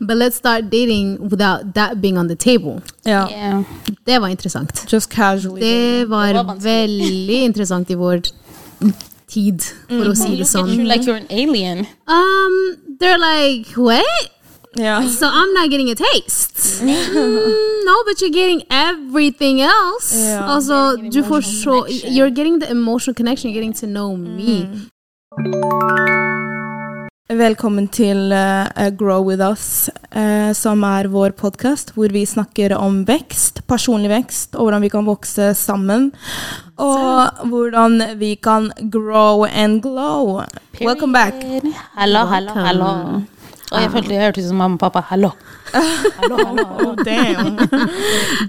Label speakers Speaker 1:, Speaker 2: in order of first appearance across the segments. Speaker 1: But let's start dating without that being on the table.
Speaker 2: Ja.
Speaker 3: Yeah.
Speaker 1: Det var interessant.
Speaker 2: Just casually.
Speaker 1: Det var,
Speaker 3: var vanskelig.
Speaker 1: veldig interessant i vår tid, for å si det
Speaker 3: Look at you
Speaker 1: sånn.
Speaker 3: like you're an
Speaker 2: Mm-hmm.
Speaker 3: alien.
Speaker 1: Um, they're like, what?
Speaker 2: Ja.
Speaker 1: So I'm not getting a taste. Mm, no, but you're getting everything else.
Speaker 2: Yeah.
Speaker 1: Also, du får så, you're getting the emotional connection. You're getting to know me.
Speaker 2: Velkommen til eh, Grow With Us, eh, som er vår podkast hvor vi snakker om vekst, personlig vekst, og hvordan vi kan vokse sammen. Og hvordan vi kan grow and glow. Welcome back. Ah.
Speaker 3: Hallo, hallo, hallo. Og jeg følte jeg hørte ut som mamma og pappa. Hallo. hallo, hallo.
Speaker 2: Oh, damn.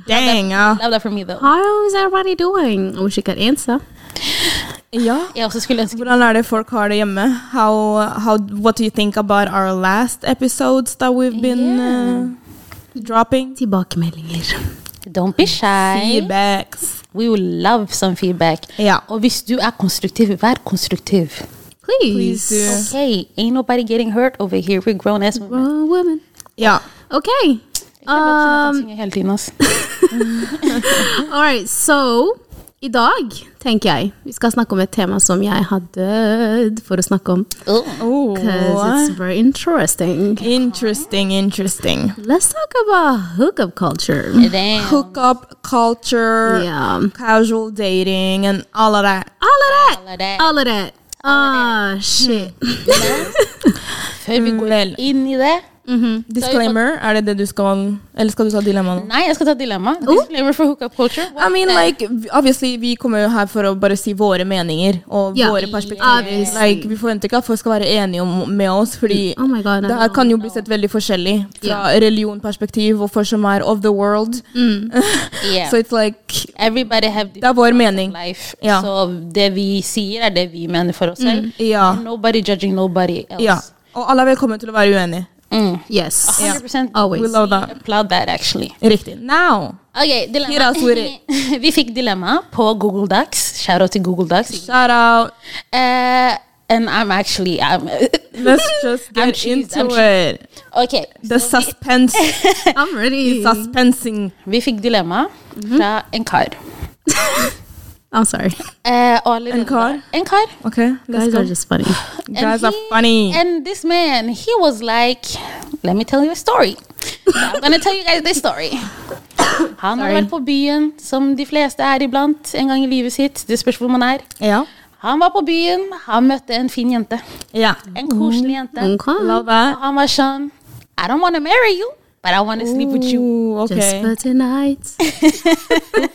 Speaker 2: Dang, ja.
Speaker 3: Love that for me, though.
Speaker 1: How is everybody doing? I wish you could answer.
Speaker 2: ja.
Speaker 3: Jeg også skulle ønske
Speaker 2: Hvordan er det folk har det hjemme? How, how, what do you think about our last episodes that we've been eh, dropping?
Speaker 1: Tilbakemeldinger.
Speaker 3: Don't be shy.
Speaker 2: Feedbacks.
Speaker 3: We will love some feedback.
Speaker 2: Ja.
Speaker 3: Og hvis du er konstruktiv, vær konstruktiv.
Speaker 1: Please.
Speaker 2: Please do.
Speaker 3: Okay, ain't nobody getting hurt over here. We're grown ass women.
Speaker 1: Grown women.
Speaker 2: Ja.
Speaker 1: Okay.
Speaker 3: Jeg føler at
Speaker 2: Um,
Speaker 3: jeg kan synge hele tiden, ass.
Speaker 1: All right, so i dag tenker jeg vi skal snakke om et tema som jeg har dødd for å snakke om.
Speaker 2: Oh,
Speaker 1: Because it's very interesting.
Speaker 2: Interesting, interesting.
Speaker 1: Let's talk about hookup culture.
Speaker 3: Damn.
Speaker 2: Hookup culture,
Speaker 1: Yeah.
Speaker 2: casual dating, and all of that.
Speaker 1: All of that.
Speaker 3: All of that.
Speaker 1: All of that. Ah, shit.
Speaker 3: Før vi går
Speaker 2: Vel,
Speaker 3: inn i det
Speaker 1: Mm.
Speaker 2: disclaimer, er det det du skal Eller skal du ta dilemma nå?
Speaker 3: Nei, jeg skal ta dilemma. Disclaimer for hookup culture.
Speaker 2: I mean, like, obviously, Vi kommer jo her for å bare si våre meninger og
Speaker 1: Ja.
Speaker 2: våre perspektiver.
Speaker 1: Obviously.
Speaker 2: Like, vi forventer ikke at folk skal være enige om, med oss, fordi
Speaker 1: Oh my god. I
Speaker 2: det
Speaker 1: don't
Speaker 2: her kan jo bli sett veldig forskjellig fra religionperspektiv og folk som er of the world.
Speaker 1: Mm.
Speaker 3: Yeah.
Speaker 2: So it's like
Speaker 3: Everybody have
Speaker 2: Det er vår mening.
Speaker 3: life.
Speaker 2: Ja. Mm.
Speaker 3: Så det vi sier, er det vi mener for oss selv.
Speaker 1: Mm.
Speaker 2: Ja.
Speaker 3: Nobody judging nobody else.
Speaker 2: ja. Og alle er velkommen til å være uenige.
Speaker 3: Mm.
Speaker 1: know. Yes.
Speaker 3: 100%
Speaker 1: Always.
Speaker 2: We love that.
Speaker 3: Applaud that, actually.
Speaker 2: Riktig. Now!
Speaker 3: Ok,
Speaker 2: Hit
Speaker 3: dilemma.
Speaker 2: us with it.
Speaker 3: vi fikk dilemma på Google Docs. Shout-out til Google Docs.
Speaker 2: Shout out.
Speaker 3: Eh, and I'm actually I'm,
Speaker 2: Let's just
Speaker 3: I'm
Speaker 2: get
Speaker 3: cheese,
Speaker 2: into
Speaker 3: I'm
Speaker 2: it.
Speaker 3: Ok,
Speaker 2: The suspense.
Speaker 1: I'm ready.
Speaker 2: Suspensing.
Speaker 3: vi fikk dilemma
Speaker 2: Mhm.
Speaker 3: fra en kar.
Speaker 1: I'm sorry.
Speaker 3: Eh, og allerede-
Speaker 2: En kar?
Speaker 3: En kar.
Speaker 2: Okay, let's
Speaker 1: Guys
Speaker 2: go.
Speaker 1: are just funny.
Speaker 3: And
Speaker 2: Guys are
Speaker 3: he-
Speaker 2: funny.
Speaker 3: And this man, he was like, let me tell you a story. So I'm gonna tell you guys this story. Han har vært på byen, som de fleste er iblant en gang i livet sitt. Det spørs hvor man er.
Speaker 2: Ja.
Speaker 3: Han var på byen, han møtte en fin jente.
Speaker 2: Ja.
Speaker 3: En koselig jente.
Speaker 1: Okay.
Speaker 2: Love that.
Speaker 3: Og han var sånn I don't wanna marry you, but I wanna sleep with you.
Speaker 2: Ooh,
Speaker 1: Just
Speaker 2: okay.
Speaker 1: for tonight.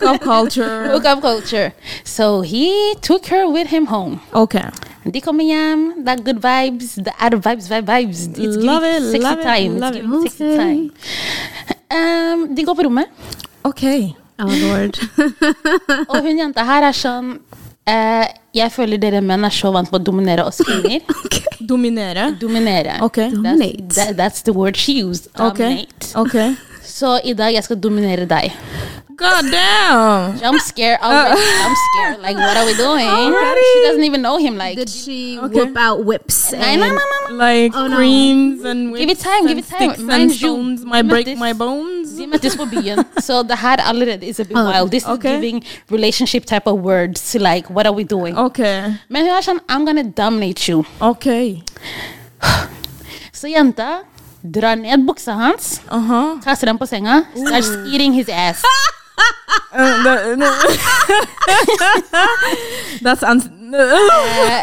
Speaker 2: Hookup culture.
Speaker 3: Hookup culture. So he took her with him home.
Speaker 2: Okay.
Speaker 3: De kommer hjem, det er good vibes. Det er vibes, vibe, vibes. It's
Speaker 2: Love it,
Speaker 3: giving sexy
Speaker 2: love it,
Speaker 3: time. It's
Speaker 2: love it.
Speaker 3: giving sexy
Speaker 1: Okay.
Speaker 3: time. Um, de går på rommet,
Speaker 2: Okay.
Speaker 1: Oh lord.
Speaker 3: og hun jenta her er sånn eh, Jeg føler dere menn er så vant på å dominere oss kvinner.
Speaker 1: okay.
Speaker 2: Dominere.
Speaker 3: Dominere.
Speaker 2: Okay.
Speaker 1: Dominate.
Speaker 3: That's, that, that's the word she used.
Speaker 2: Okay.
Speaker 3: Dominate.
Speaker 2: Okay.
Speaker 3: Så i dag jeg skal dominere deg.
Speaker 2: God damn.
Speaker 3: Jump scare already. Jump scare. Like, what are we doing?
Speaker 2: Already?
Speaker 3: She doesn't even know him. Like,
Speaker 1: Did she
Speaker 2: Okay.
Speaker 1: whip out whips?
Speaker 3: nei, nei,
Speaker 1: and-
Speaker 3: nei, nei.
Speaker 2: Like
Speaker 1: Oh, no.
Speaker 2: screams and
Speaker 3: Give it
Speaker 2: whips
Speaker 3: time,
Speaker 2: and
Speaker 3: give it time.
Speaker 2: Sticks
Speaker 3: Mind
Speaker 2: and
Speaker 3: you,
Speaker 2: stones might
Speaker 3: but
Speaker 2: break
Speaker 3: this-
Speaker 2: my bones.
Speaker 3: De møttes på byen, så det her er allerede is a bit wild. This
Speaker 2: Ah, okay.
Speaker 3: is giving relationship type of words to like, what are we doing?
Speaker 2: Oh. Okay.
Speaker 3: Men hun er sånn, I'm gonna dominate you.
Speaker 2: Okay.
Speaker 3: Så jenta drar ned buksa hans,
Speaker 2: Uh huh.
Speaker 3: kaster den på senga, starts eating his ass.
Speaker 2: Uh, the- the- That's un-
Speaker 3: Uh,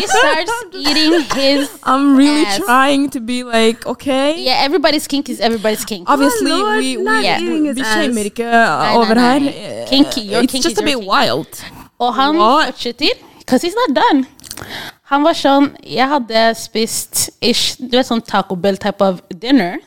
Speaker 3: she starts eating his
Speaker 2: I'm really
Speaker 3: Yes.
Speaker 2: trying to be like okay.
Speaker 3: Yeah, everybody's kink is everybody's kink.
Speaker 2: Obviously,
Speaker 1: Oh, Lord,
Speaker 2: we
Speaker 1: not
Speaker 2: we,
Speaker 1: eating his
Speaker 2: we
Speaker 1: ass.
Speaker 2: shamer ikke
Speaker 3: nei,
Speaker 2: over
Speaker 3: nei.
Speaker 2: her.
Speaker 3: Kink, your
Speaker 2: Uh, It's
Speaker 3: kink
Speaker 2: just
Speaker 3: is
Speaker 2: a
Speaker 3: your
Speaker 2: bit
Speaker 3: kink.
Speaker 2: wild.
Speaker 3: Og han
Speaker 2: What?
Speaker 3: fortsetter, because he's not done. Han var sånn Jeg hadde spist ish, du vet sånn Taco Bell type of dinner,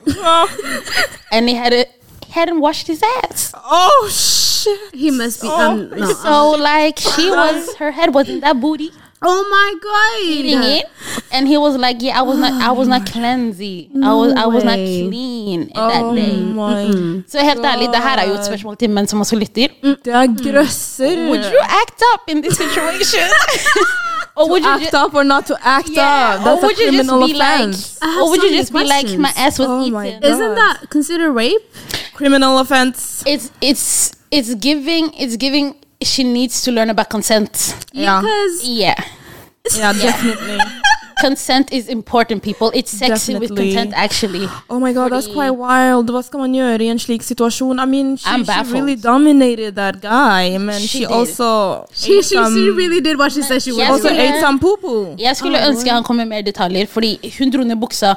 Speaker 3: and he had a, he hadn't washed his ass.
Speaker 2: oh shit!
Speaker 1: He must be.
Speaker 2: Oh,
Speaker 1: Um, no.
Speaker 3: So like she was her head was in that booty
Speaker 1: Oh my
Speaker 3: eating
Speaker 1: god.
Speaker 3: it, and he was like, yeah, I was not, I was not cleansy, I was, I was not
Speaker 1: way.
Speaker 3: clean
Speaker 2: Oh
Speaker 3: that day.
Speaker 2: my
Speaker 3: Så helt ærlig, det her er jo et spørsmål til menn som også lytter.
Speaker 2: Det er grøsser.
Speaker 3: Would you act up in this situation? Or would you
Speaker 2: act
Speaker 3: just,
Speaker 2: up or not to act up.
Speaker 3: or
Speaker 2: That's
Speaker 3: would
Speaker 2: a
Speaker 3: you just
Speaker 2: criminal
Speaker 3: be
Speaker 2: offense.
Speaker 1: I
Speaker 3: like,
Speaker 1: have
Speaker 3: or would
Speaker 1: so
Speaker 3: you
Speaker 1: many
Speaker 3: just be like, my
Speaker 1: questions.
Speaker 3: ass was
Speaker 2: Oh my
Speaker 3: eaten?
Speaker 2: God.
Speaker 1: Isn't that considered rape?
Speaker 2: criminal offense.
Speaker 3: It's it's it's giving it's giving. She needs to learn about consent.
Speaker 2: Yeah.
Speaker 1: Because
Speaker 3: Yeah.
Speaker 2: Yeah, definitely.
Speaker 3: Consent is important, people. It's sexy with
Speaker 2: Definitely.
Speaker 3: consent, actually.
Speaker 2: Oh my god, that's quite wild. Hva skal man gjøre i en slik situasjon? I mean, she,
Speaker 3: I'm
Speaker 2: she
Speaker 3: baffled.
Speaker 2: really dominated that guy, men she,
Speaker 3: She did.
Speaker 2: also
Speaker 1: she,
Speaker 2: ate
Speaker 1: she,
Speaker 2: some,
Speaker 1: she really did what she said she would
Speaker 3: Yes,
Speaker 1: do.
Speaker 2: also
Speaker 3: Yeah.
Speaker 2: ate some poo-poo.
Speaker 3: Jeg skulle ønske han kom med mer detaljer, fordi hun dro ned buksa.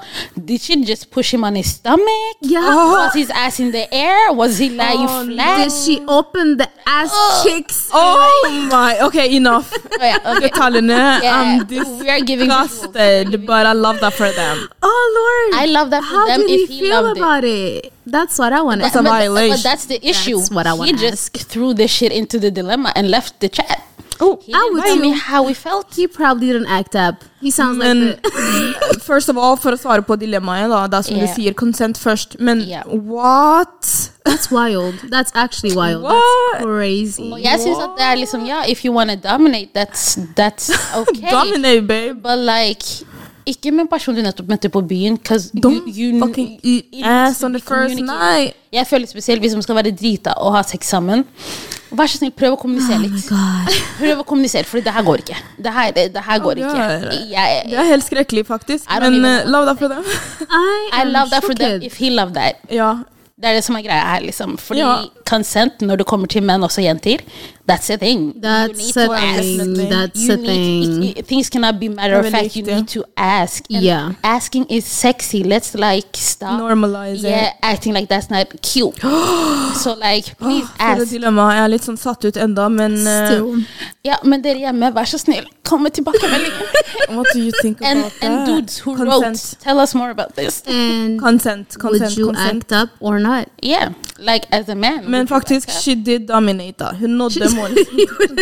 Speaker 3: Did she just push him on his stomach?
Speaker 1: Yeah.
Speaker 2: Ah.
Speaker 3: Was his ass in the air? Was he lying flat?
Speaker 1: Did she open the ass cheeks?
Speaker 2: Oh my, okay, enough.
Speaker 3: Oh, ja, ok.
Speaker 2: Detaljene,
Speaker 3: Yeah,
Speaker 2: I'm
Speaker 3: we are giving visuals.
Speaker 2: disgusted, but I love that for them.
Speaker 1: Oh Lord!
Speaker 3: I love that for
Speaker 1: How
Speaker 3: them
Speaker 1: did
Speaker 3: if
Speaker 1: he
Speaker 3: he
Speaker 1: feel
Speaker 3: loved it.
Speaker 1: about it? That's what I want
Speaker 3: But-
Speaker 2: That's a
Speaker 1: to.
Speaker 3: but-
Speaker 2: violation.
Speaker 3: But that's the issue.
Speaker 1: what I
Speaker 3: he
Speaker 1: wanna
Speaker 3: just threw this shit into the dilemma and left the chat.
Speaker 2: Oh,
Speaker 3: He
Speaker 1: I
Speaker 3: didn't
Speaker 1: would
Speaker 3: tell me
Speaker 1: too.
Speaker 3: how he felt.
Speaker 1: He probably didn't act up. He sounds
Speaker 2: Men
Speaker 1: like the,
Speaker 2: first of all, for å svare på dilemmaet, da, det er som
Speaker 3: Yeah.
Speaker 2: du sier, consent først. Men
Speaker 3: Yeah.
Speaker 2: what?
Speaker 1: that's wild. That's actually wild.
Speaker 2: What?
Speaker 1: That's crazy.
Speaker 3: Og jeg syns at det er liksom Ja, if you wanna dominate, that's, that's okay.
Speaker 2: Dominate, babe.
Speaker 3: But like ikke med en person du nettopp møtte på byen. 'cause
Speaker 2: Don't
Speaker 3: kn-
Speaker 2: fucking
Speaker 3: you
Speaker 2: eat
Speaker 3: need
Speaker 2: ass
Speaker 3: to
Speaker 2: on the
Speaker 3: be
Speaker 2: first
Speaker 3: communicating.
Speaker 2: night.
Speaker 3: Jeg føler spesielt hvis man skal være drita og ha sex sammen. Vær så snill, prøv å
Speaker 2: Oh
Speaker 3: kommunisere litt.
Speaker 1: God.
Speaker 3: Prøv å kommunisere, for det her går ikke. Det her, det, det her går ikke.
Speaker 2: Oh God.
Speaker 3: Jeg,
Speaker 2: Det er helt skrekkelig, faktisk.
Speaker 3: I don't
Speaker 2: Men
Speaker 3: even
Speaker 2: eh, love that for them.
Speaker 1: I,
Speaker 3: I
Speaker 1: am
Speaker 3: love that for them
Speaker 1: shocked.
Speaker 3: if he loved that.
Speaker 2: ja.
Speaker 3: Det er det som er greia her, liksom. Fordi
Speaker 2: Ja.
Speaker 3: consent når det kommer til menn, også jenter, that's a thing. You
Speaker 1: That's
Speaker 3: need
Speaker 1: a
Speaker 3: to ask.
Speaker 1: thing. That's
Speaker 3: You
Speaker 1: a
Speaker 3: need-
Speaker 1: thing.
Speaker 3: it- it- things cannot be matter of
Speaker 2: Det er
Speaker 3: fact. You
Speaker 2: viktig.
Speaker 3: need to ask. And
Speaker 1: Yeah.
Speaker 3: Asking is sexy. Let's like stop.
Speaker 2: Normalize it.
Speaker 3: yeah, acting like that's not cute. so like, please
Speaker 2: For det
Speaker 3: ask.
Speaker 2: dilemmaet. Jeg er litt sånn satt ut enda, men eh,
Speaker 1: Still.
Speaker 3: Ja, men dere hjemme, vær så snill, kom med tilbakemeldinger.
Speaker 2: What do you think about
Speaker 3: and, and
Speaker 2: that?
Speaker 3: dudes who
Speaker 2: consent.
Speaker 3: wrote, tell us more about this.
Speaker 1: And
Speaker 2: Consent, consent,
Speaker 1: would you
Speaker 2: consent.
Speaker 1: act up or not?
Speaker 3: Yeah, like as a
Speaker 2: Men
Speaker 3: man. would you
Speaker 2: faktisk,
Speaker 3: act up?
Speaker 2: she did dominate da. Hun nådde målet.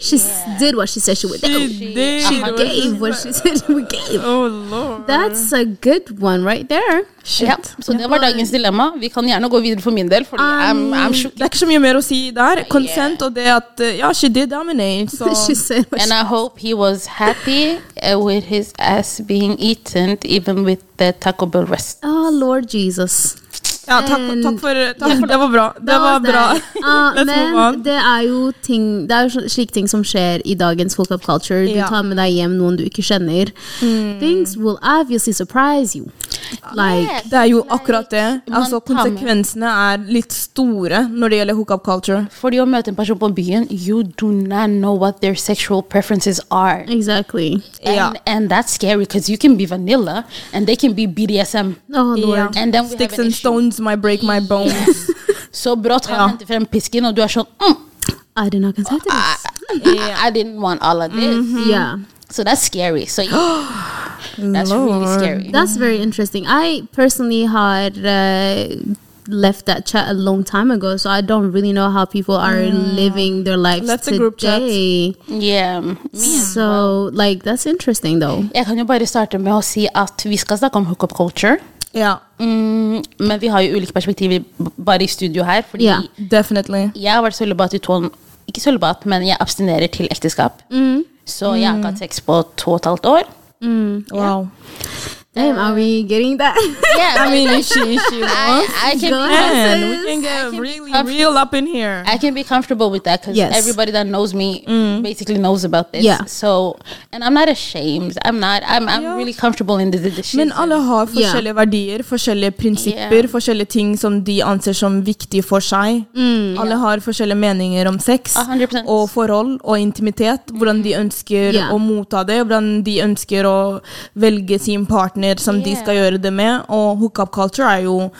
Speaker 1: she s- did what she said she would
Speaker 3: Oh,
Speaker 1: do.
Speaker 2: She did.
Speaker 1: She gave what she said she would give.
Speaker 2: Oh lord.
Speaker 1: That's a good one right there.
Speaker 3: Ja, så det var dagens dilemma. Vi kan gjerne gå videre for min del, fordi I'm, I'm shook.
Speaker 2: Det er ikke så mye mer å si der. Consent og det at eh, Ja, she did dominate, så
Speaker 1: she said what
Speaker 3: And
Speaker 1: she
Speaker 3: I hope he was happy uh, with his ass being eaten, even with the Taco Bell rest.
Speaker 1: Oh Lord Jesus.
Speaker 2: ja, takk,
Speaker 1: And-
Speaker 2: takk for takk, Det var bra. Det
Speaker 1: Da
Speaker 2: var
Speaker 1: var det.
Speaker 2: bra.
Speaker 1: Ja,
Speaker 3: Ah,
Speaker 2: Let's move
Speaker 1: Ah, men
Speaker 2: on.
Speaker 1: det er jo ting Det er jo sl- slik ting som skjer i dagens folk up culture. Du
Speaker 2: Ja. Mm.
Speaker 1: tar med deg hjem noen du ikke kjenner. Things will obviously surprise you. Like
Speaker 2: Det er jo akkurat det.
Speaker 3: Man
Speaker 2: Altså,
Speaker 3: tar med-
Speaker 2: konsekvensene er litt store når det gjelder hookup culture.
Speaker 3: Fordi å møte en person på byen, you do not know what their sexual preferences are.
Speaker 1: Exactly.
Speaker 3: And,
Speaker 2: Ja.
Speaker 3: and that's scary because you can be vanilla and they can be BDSM.
Speaker 1: Oh lord.
Speaker 3: And then we have
Speaker 2: Sticks
Speaker 3: an
Speaker 2: and
Speaker 3: issue.
Speaker 2: stones might break my bones.
Speaker 3: Så brått han
Speaker 2: Ja.
Speaker 3: henter frem pisken, og du er sånn mm,
Speaker 1: I did not consider
Speaker 3: I,
Speaker 1: this.
Speaker 3: I, I didn't want all of this.
Speaker 1: Yeah.
Speaker 3: Mm-hmm. So that's scary. So that's really scary.
Speaker 1: That's very interesting. I personally had uh, left that chat a long time ago, so I don't really know how people are living their lives
Speaker 2: Left the
Speaker 1: today.
Speaker 2: group chat.
Speaker 3: Yeah. Me
Speaker 1: So, like, that's interesting though.
Speaker 3: Jeg kan jo bare starte med å si at vi skal snakke om hookup culture.
Speaker 2: Ja,
Speaker 3: Mm, men vi har jo ulike perspektiver b- bare i studio her. Fordi
Speaker 1: Ja.
Speaker 2: definitely.
Speaker 3: jeg har vært sølibat i to Ikke sølibat, men jeg abstinerer til ekteskap. Så jeg har ikke hatt sex på to og et halvt år.
Speaker 2: Wow.
Speaker 1: Damn, are we getting that?
Speaker 3: Yeah,
Speaker 2: I
Speaker 3: but
Speaker 2: mean, if she, if she
Speaker 3: I,
Speaker 2: wants.
Speaker 3: I can
Speaker 1: Go
Speaker 3: be,
Speaker 1: ahead.
Speaker 2: Man, we can get really real up in here.
Speaker 3: I can be comfortable with that because
Speaker 1: Yes.
Speaker 3: everybody that knows me basically knows about this.
Speaker 1: Yeah.
Speaker 3: So, and I'm not ashamed. I'm not. I'm. I'm really comfortable in the, the, the shit.
Speaker 2: Men alle har forskjellige verdier, forskjellige prinsipper,
Speaker 3: Yeah.
Speaker 2: forskjellige ting som de anser som viktige for seg. alle har forskjellige meninger om sex
Speaker 3: 100%.
Speaker 2: og forhold og intimitet. Hvordan de ønsker
Speaker 1: Yeah.
Speaker 2: å motta det, hvordan de ønsker å velge sin partner som de
Speaker 3: Yeah.
Speaker 2: skal gjøre det med. Og hookup culture er jo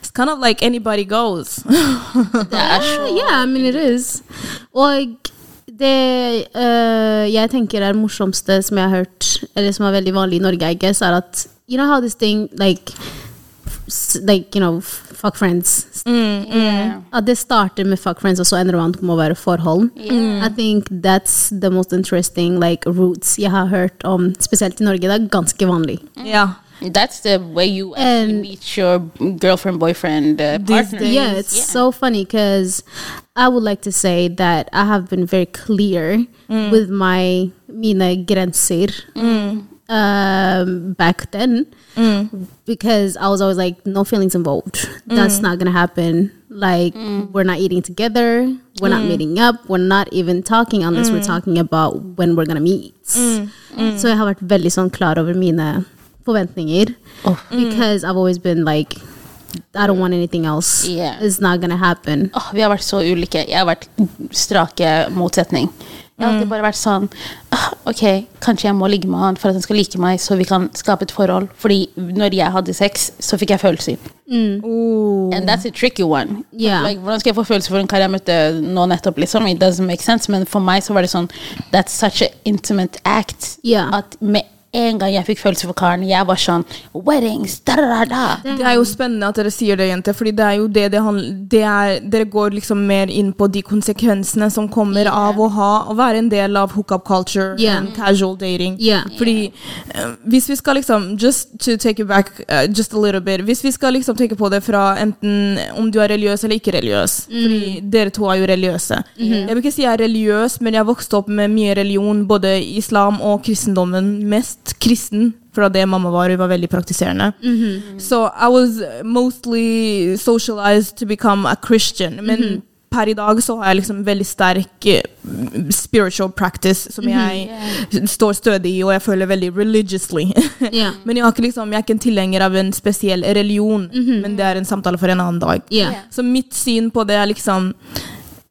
Speaker 2: It's kind of like anybody goes.
Speaker 3: Det er så-
Speaker 1: yeah, I mean, it is. Og det eh, jeg tenker er morsomste som jeg har hørt, eller som er veldig vanlig i Norge, I guess, er at you know how this thing, like, s- like you know, f- fuck friends
Speaker 3: Mm, Yeah.
Speaker 1: At det starter med fuck friends, og så ender man opp med å være forhold. I think that's the most interesting like, roots jeg har hørt om, spesielt i Norge. Det er ganske vanlig.
Speaker 2: Ja.
Speaker 3: That's the way you actually
Speaker 1: And-
Speaker 3: meet your girlfriend, boyfriend, uh,
Speaker 2: These
Speaker 3: partner.
Speaker 2: days.
Speaker 1: yeah, it's so funny because I would like to say that I have been very clear with my mina grenser um, back then because I was always like, no feelings involved. That's not gonna happen. Like, we're not eating together. We're not meeting up. We're not even talking unless we're talking about when we're gonna meet. Så jeg har vært veldig sånn klar over mine forventninger. Because I've always been like, I don't want anything else.
Speaker 3: Yeah.
Speaker 1: It's not gonna happen.
Speaker 3: Åh, vi har vært så ulike. Jeg har vært strake motsetning. Jeg har alltid bare vært sånn «Ah, Ok, kanskje jeg må ligge med han for at han skal like meg, så vi kan skape et forhold. Fordi når jeg hadde sex, så fikk jeg følelser.
Speaker 2: Oh.
Speaker 3: And that's a tricky one.
Speaker 1: Yeah.
Speaker 3: Like, hvordan skal jeg få følelser for en kar jeg møtte nå nettopp? Liksom? It doesn't make sense. Men for meg så var det sånn That's such an intimate act.
Speaker 1: Yeah.
Speaker 3: At med en gang jeg fikk følelser for karen, jeg var sånn Weddings! Da, da, da, da.
Speaker 2: Det er jo spennende at dere sier det, jenter, fordi det er jo det det handler det er, Dere går liksom mer inn på de konsekvensene som kommer av å ha å være en del av hookup culture
Speaker 1: Yeah.
Speaker 2: and casual dating.
Speaker 1: Yeah.
Speaker 2: Fordi eh, hvis vi skal liksom Just to take you back eh, just a little bit. Hvis vi skal liksom tenke på det fra enten om du er religiøs eller ikke religiøs Fordi dere to er jo religiøse. Jeg vil ikke si jeg er religiøs, men jeg vokste opp med mye religion, både islam og kristendommen. Mest kristen fra det mamma var. Hun var veldig praktiserende. So I was mostly socialized to become a Christian. Men per i dag så har jeg liksom veldig sterk eh, spiritual practice som jeg står stødig i, og jeg føler veldig religiously.
Speaker 1: Yeah.
Speaker 2: men jeg, har ikke liksom, jeg er ikke en tilhenger av en spesiell religion, men det er en samtale for en annen dag.
Speaker 1: Yeah.
Speaker 3: Yeah.
Speaker 2: Så mitt syn på det er liksom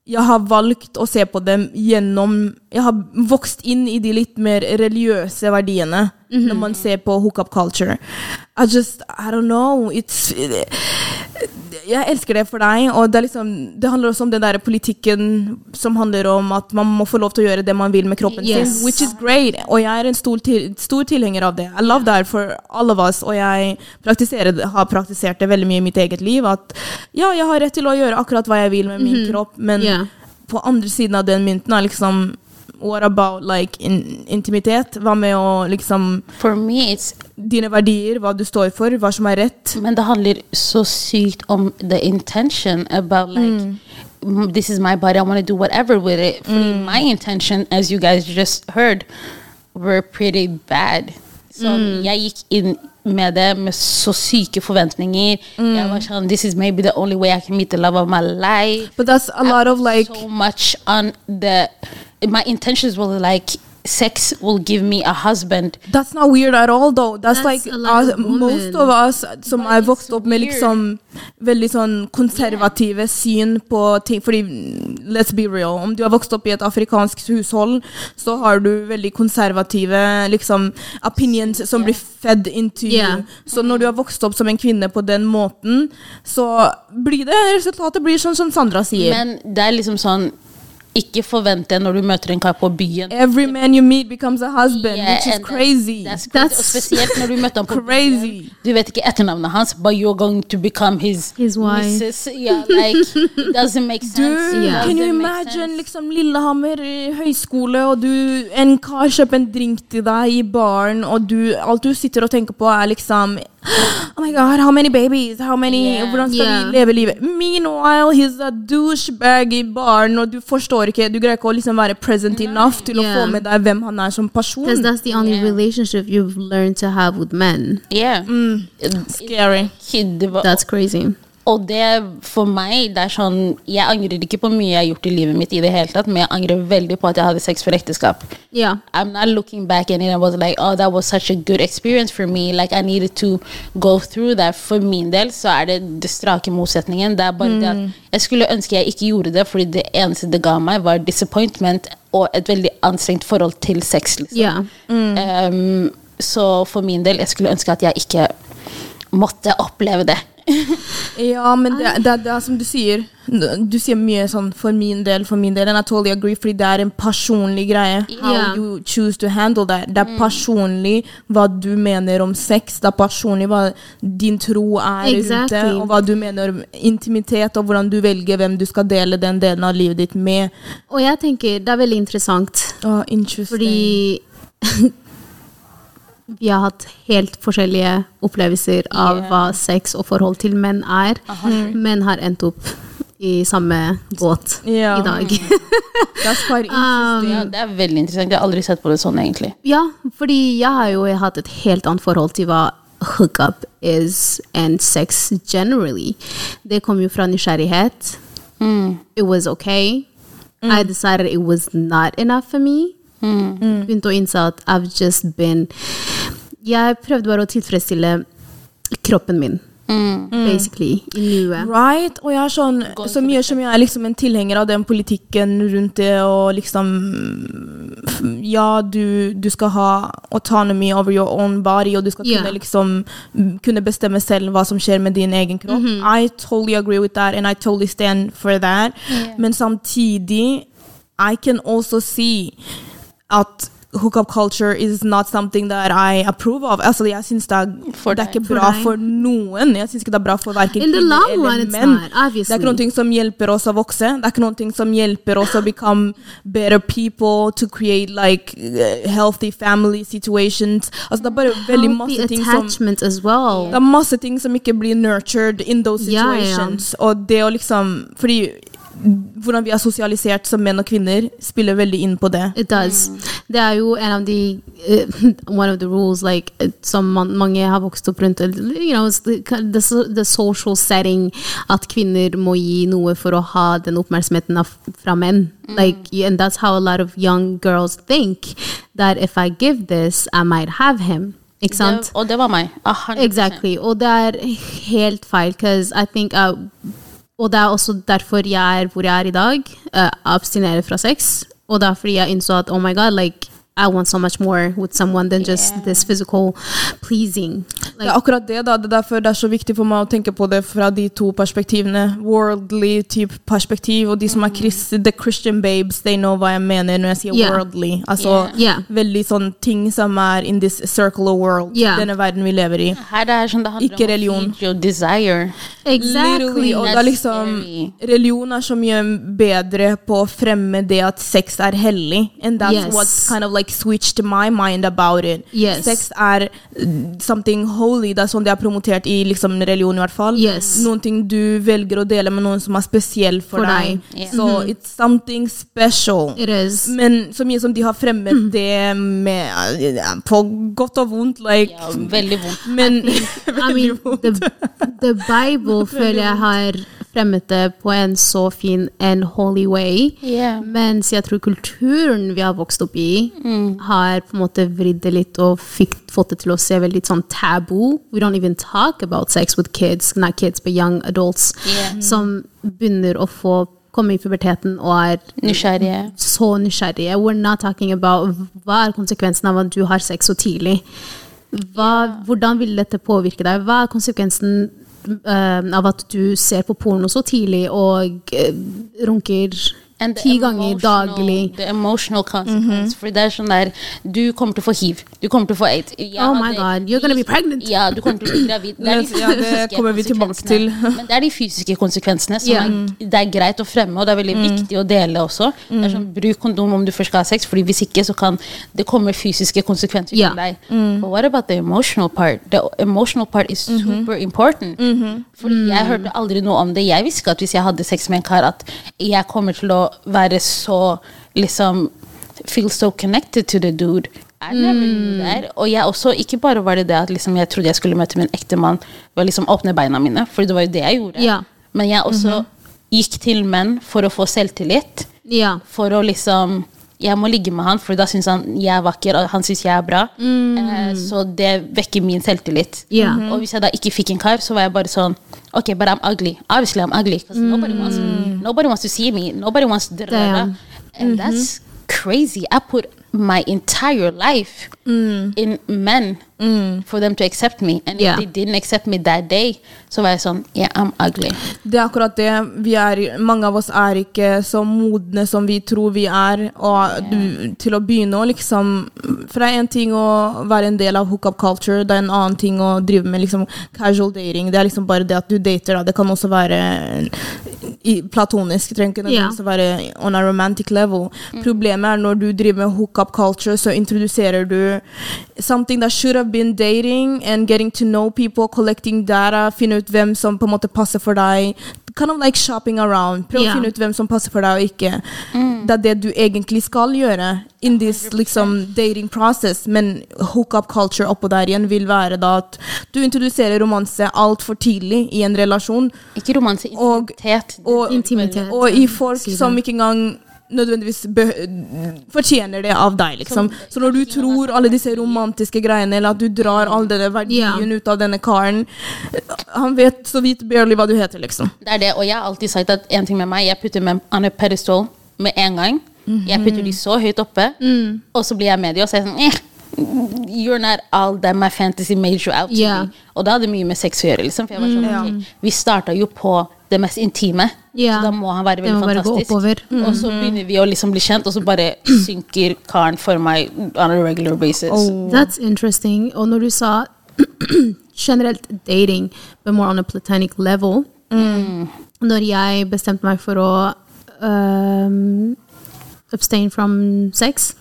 Speaker 2: Jeg har valgt å se på dem gjennom Jeg har vokst inn i de litt mer religiøse verdiene når man ser på hookup culture. I just I don't know. It's jeg elsker det for deg, og det, er liksom, det handler også om den der politikken som handler om at man må få lov til å gjøre det man vil med kroppen
Speaker 1: Yes.
Speaker 2: sin, which is great, og jeg er en stor, til, stor tilhenger av det. I love that for all of us, og jeg praktiserer det- har praktisert det veldig mye i mitt eget liv, at ja, jeg har rett til å gjøre akkurat hva jeg vil med min kropp, men
Speaker 1: Yeah.
Speaker 2: på andre siden av den mynten er liksom What about like in, intimitet? Hva med å liksom
Speaker 3: For me it's
Speaker 2: Dine verdier, hva du står for, hva som er rett.
Speaker 3: Men det handler så sykt om the intention about
Speaker 2: Mm.
Speaker 3: like m This is my body, I want to do whatever with it. Fordi
Speaker 2: Mm.
Speaker 3: my intention, as you guys just heard, were pretty bad. Så
Speaker 2: Mm.
Speaker 3: jeg gikk inn med det med så syke forventninger.
Speaker 2: Mm.
Speaker 3: Jeg var sånn This is maybe the only way I can meet the love of my life.
Speaker 2: But that's a lot of like
Speaker 3: so much on the My intentions were like Sex will give me a husband.
Speaker 2: That's not weird at all though. That's,
Speaker 1: That's
Speaker 2: like
Speaker 1: a lot
Speaker 2: us-
Speaker 1: of women.
Speaker 2: most of us som
Speaker 3: But
Speaker 2: er
Speaker 3: it's
Speaker 2: vokst opp med
Speaker 3: weird.
Speaker 2: liksom veldig sånn konservative syn på ting. Fordi let's be real, om du har vokst opp i et afrikansk hushold, så har du veldig konservative liksom opinions som blir fed into
Speaker 1: Yeah.
Speaker 2: you. Så når du har vokst opp som en kvinne på den måten, så blir det resultatet blir sånn som Sandra sier.
Speaker 3: Men det er liksom sånn Ikke forvent det når du møter en kar på byen.
Speaker 2: Every man you meet becomes a husband,
Speaker 3: Yeah,
Speaker 2: which is
Speaker 3: and that-
Speaker 2: crazy.
Speaker 3: That's crazy.
Speaker 1: That's-
Speaker 3: og spesielt når du møtte ham på
Speaker 2: Crazy.
Speaker 3: byen. Du vet ikke etternavnet hans, but you're going to become his,
Speaker 1: His wife.
Speaker 3: missus. Yeah, like, it doesn't make sense.
Speaker 2: Du,
Speaker 1: Yeah.
Speaker 2: Can you
Speaker 3: Doesn't make
Speaker 2: imagine
Speaker 3: sense.
Speaker 2: liksom Lillehammer eh, høyskole, og du, en kar kjøper en drink til deg i baren, og du, alt du sitter og tenker på, er liksom Oh my god, how many babies? How many
Speaker 3: Yeah.
Speaker 2: Hvordan skal
Speaker 1: Yeah.
Speaker 2: vi leve livet? Meanwhile, he's a douchebag i baren, og du forstår ikke Du greier ikke å liksom være present enough til
Speaker 1: Yeah.
Speaker 2: å få med deg hvem han er som person.
Speaker 1: Because that's the only relationship you've learned to have with men.
Speaker 3: Yeah.
Speaker 2: Mm, Scary.
Speaker 3: Kid, det var-
Speaker 1: That's crazy.
Speaker 3: Og det for meg, det er sånn Jeg angrer ikke på mye jeg har gjort i livet mitt i det hele tatt, men jeg angrer veldig på at jeg hadde sex for ekteskap.
Speaker 1: Yeah.
Speaker 3: I'm not looking back and it was like, oh, that was such a good experience for me. Like, I needed to go through that. For min del så er det det strake motsetningen. Det er bare det
Speaker 1: Mm.
Speaker 3: at jeg skulle ønske jeg ikke gjorde det, fordi det eneste det ga meg, var disappointment og et veldig anstrengt forhold til sex. Liksom.
Speaker 1: Yeah. Mm.
Speaker 3: Um, så for min del, jeg skulle ønske at jeg ikke måtte oppleve det.
Speaker 2: Ja, men det, det, det er som du sier. Du sier mye sånn 'for min del', for min del. And I totally agree, fordi det er en personlig greie. How
Speaker 1: Ja. Mm.
Speaker 2: you choose to handle that. Det er personlig hva du mener om sex. Det er personlig hva din tro er
Speaker 1: Exactly.
Speaker 2: rundt det. Og hva du mener om intimitet, og hvordan du velger hvem du skal dele den delen av livet ditt med.
Speaker 1: Og jeg tenker det er veldig interessant,
Speaker 2: Oh, interesting.
Speaker 1: fordi vi har hatt helt forskjellige opplevelser av
Speaker 3: Yeah.
Speaker 1: hva sex og forhold til menn er, men har endt opp i samme båt
Speaker 2: Ja.
Speaker 1: i dag.
Speaker 2: That's quite
Speaker 1: Um,
Speaker 3: Ja, det er veldig interessant. Jeg har aldri sett på det sånn, egentlig.
Speaker 1: Ja, fordi jeg har jo hatt et helt annet forhold til hva hookup is and sex generally. Det kom jo fra nysgjerrighet.
Speaker 2: Mm.
Speaker 1: It was okay. I decided it was not enough for me.
Speaker 2: Mm.
Speaker 1: Mm. Begynte å innse at I've just been Jeg prøvde bare å tilfredsstille kroppen min,
Speaker 2: Mm.
Speaker 1: basically, i nuet.
Speaker 2: Right. Og jeg er sånn, så mye som jeg er liksom en tilhenger av den politikken rundt det og liksom f- Ja, du, du skal ha autonomy over your own body, og du skal
Speaker 1: Yeah.
Speaker 2: kunne liksom mm, kunne bestemme selv hva som skjer med din egen kropp.
Speaker 1: Mhm.
Speaker 2: I totally agree with that, and I totally stand for that. Men samtidig, I can also see at hookup culture is not something that I approve of. Altså, jeg syns det er,
Speaker 3: For
Speaker 2: det er
Speaker 3: deg.
Speaker 2: ikke
Speaker 1: For
Speaker 2: bra
Speaker 1: deg.
Speaker 2: for noen. Jeg syns ikke det er bra for hverken
Speaker 1: In the
Speaker 2: kvinner
Speaker 1: long
Speaker 2: eller
Speaker 1: run, it's
Speaker 2: menn.
Speaker 1: not, obviously.
Speaker 2: Det er ikke noe som hjelper oss å vokse. Det er ikke noe som hjelper oss å become better people, to create like eh, healthy family situations. Altså, det er bare veldig masse ting som
Speaker 1: attachment as well.
Speaker 2: det er masse ting som ikke blir nurtured in those
Speaker 1: Ja, ja, ja.
Speaker 2: situations. Og det å liksom Fordi hvordan vi er sosialisert som menn og kvinner, spiller veldig inn på det.
Speaker 1: It does. Det er jo en av de eh, One of the rules like, eh, som man, mange har vokst opp rundt. eh, You know, it's the, the, so- the social setting. At kvinner må gi noe for å ha den oppmerksomheten av, fra menn. Like, you- and that's how a lot of young girls think. That if I give this, I might have him. Ikke sant?
Speaker 3: Det, og det var meg. Ah, 100%.
Speaker 1: Exactly. Og det er helt feil, because I think uh, Og det er også derfor jeg er hvor jeg er i dag. Uh, abstinerer fra sex. Og det er fordi jeg innså at oh my god, like I want so much more with someone than just
Speaker 3: Yeah.
Speaker 1: this physical pleasing.
Speaker 2: Det er
Speaker 1: Like,
Speaker 2: akkurat det, da. Det er derfor det er så viktig for meg å tenke på det fra de to perspektivene. Worldly type perspektiv, og de som er krist, the Christian babes, they know hva jeg mener når jeg sier
Speaker 1: Mm. Yeah.
Speaker 2: worldly. Altså
Speaker 1: Yeah.
Speaker 2: veldig sånn ting som er in this circle of world.
Speaker 1: Yeah.
Speaker 2: Denne verden vi lever i.
Speaker 3: Her det er sånn det handler
Speaker 2: Ikke religion.
Speaker 3: om å feed your desire.
Speaker 1: exactly.
Speaker 2: Literally, og det
Speaker 3: That's
Speaker 2: er liksom
Speaker 3: scary.
Speaker 2: Religion er så mye bedre på å fremme det at sex er hellig. And that's
Speaker 1: Yes.
Speaker 2: what kind of like switched my mind about it.
Speaker 1: Yes.
Speaker 2: Sex er mm, something holy. Det er sånn det er promotert i liksom, religion, i hvert fall.
Speaker 1: Yes.
Speaker 2: Noen ting du velger å dele med noen som er spesiell for,
Speaker 1: For
Speaker 2: deg.
Speaker 1: deg. Mm-hmm.
Speaker 3: Yeah.
Speaker 2: So it's something special.
Speaker 1: It is. Mm.
Speaker 2: Men så mye som de har fremmet det med eh, På godt og vondt, like
Speaker 3: Ja, veldig vondt.
Speaker 2: Men
Speaker 1: I mean, the, the Bible føler jeg har fremmet det på en så fin and holy way.
Speaker 3: Yeah.
Speaker 1: Mens jeg tror kulturen vi har vokst opp i,
Speaker 3: Mm.
Speaker 1: har på en måte vridd det litt og fikk, fått det til å se veldig sånn tabu. We don't even talk about sex with kids, not kids, but young adults.
Speaker 3: Yeah.
Speaker 1: Som begynner å få komme i puberteten og er
Speaker 3: Nysgjerrige.
Speaker 1: så nysgjerrige. We're not talking about hva er konsekvensen av at du har sex så tidlig. Hva, hvordan vil dette påvirke deg? Hva er konsekvensen eh, av at du ser på porno så tidlig og eh, runker
Speaker 3: And the
Speaker 1: ti ganger
Speaker 3: emotional-
Speaker 1: daglig? Mhm.
Speaker 3: The emotional consequence. For det er sånn der Du kommer til å få hiv. Du kommer til å få aids. Jeg
Speaker 1: Oh my
Speaker 3: hadde-
Speaker 1: God, you're gonna be pregnant.
Speaker 3: Ja, du kommer til å bli gravid. Det, er de
Speaker 2: Yes, ja, det
Speaker 3: fysiske
Speaker 2: kommer vi tilbake
Speaker 3: konsekvensene. Men det er de fysiske konsekvensene som
Speaker 1: Ja. Mm.
Speaker 3: er, det er greit å fremme, og det er veldig viktig å dele også. Det er sånn, Bruk kondom om du først skal ha sex, Fordi hvis ikke så kan det komme fysiske konsekvenser
Speaker 1: Ja.
Speaker 3: til deg. But what about the emotional part? The emotional part is super important. Fordi jeg hørte aldri noe om det. Jeg visste ikke at hvis jeg hadde sex med en kar, at jeg kommer til å være så liksom Feel so connected to the dude. I never knew that. Og jeg også, ikke bare var det det at liksom, jeg trodde jeg skulle møte min ekte mann ved å liksom åpne beina mine, for det var jo det jeg gjorde.
Speaker 1: Ja.
Speaker 3: Men jeg også gikk til menn for å få selvtillit.
Speaker 1: Ja.
Speaker 3: For å liksom Jeg må ligge med han, for da syns han jeg er vakker, og han syns jeg er bra. Eh, så det vekker min
Speaker 1: Mm.
Speaker 3: selvtillit.
Speaker 1: Ja.
Speaker 3: Og hvis jeg da ikke fikk en kar, så var jeg bare sånn Ok, but I'm ugly. Obviously I'm ugly. 'cause
Speaker 1: Mm.
Speaker 3: Nobody, wants, nobody wants to see me. Nobody wants to
Speaker 1: Damn. Mm-hmm.
Speaker 3: And that's crazy. I put my entire life in men for them to accept me. And
Speaker 1: Mm. Yeah.
Speaker 3: if they didn't accept me that day, så var jeg sånn Yeah, I'm ugly.
Speaker 2: Det er akkurat det. Vi er, mange av oss er ikke så modne som vi tror vi er. Og du, til å begynne å liksom For det er én ting å være en del av hookup culture, det er en annen ting å drive med liksom casual dating. Det er liksom bare det at du dater, da. Det kan også være i, platonisk. Det trenger ikke
Speaker 1: Ja.
Speaker 2: nødvendigvis å være on a romantic level. Problemet er når du driver med hookup culture, så introduserer du something that should have been dating and getting to know people, collecting data, finne ut hvem som på en måte passer for deg. Kind of like shopping around. Prøv
Speaker 1: Ja.
Speaker 2: å finne ut hvem som passer for deg og ikke. Det er det du egentlig skal gjøre in this liksom, dating process, men hookup culture oppå der igjen vil være da at du introduserer romanse altfor tidlig i en relasjon.
Speaker 3: Ikke romanse,
Speaker 2: Og-
Speaker 3: intimitet.
Speaker 2: og-
Speaker 1: Intimitet. liksom,
Speaker 2: Og i folk
Speaker 1: Sier det.
Speaker 2: som ikke engang nødvendigvis beh- fortjener det av deg, liksom. Så når du tror alle disse romantiske greiene, eller at du drar all denne verdien
Speaker 1: Ja.
Speaker 2: ut av denne karen Han vet så vidt barely hva du heter, liksom.
Speaker 3: Det er det, og jeg har alltid sagt at en ting med meg, jeg putter meg on a pedestal med en gang.
Speaker 1: Mhm.
Speaker 3: Jeg putter de så høyt oppe,
Speaker 1: Mm.
Speaker 3: og så blir jeg med de, og så er jeg sånn eh, You're not all that my fantasy made you out to
Speaker 1: Ja. Mm.
Speaker 3: be. Og da hadde det mye med sex å gjøre. Liksom, for jeg var sånn,
Speaker 2: Ja.
Speaker 3: ok, Vi starta jo på det mest intime,
Speaker 1: Ja.
Speaker 3: så da må han være
Speaker 1: Det
Speaker 3: veldig
Speaker 1: må bare gå
Speaker 3: fantastisk.
Speaker 1: oppover. Mm-hmm.
Speaker 3: Og så begynner vi å liksom bli kjent, og så bare synker karen for meg on a regular basis.
Speaker 1: That's interesting. Og når du sa generelt dating, but more on a platonic level Mm. Når jeg bestemte meg for å um, abstain from sex,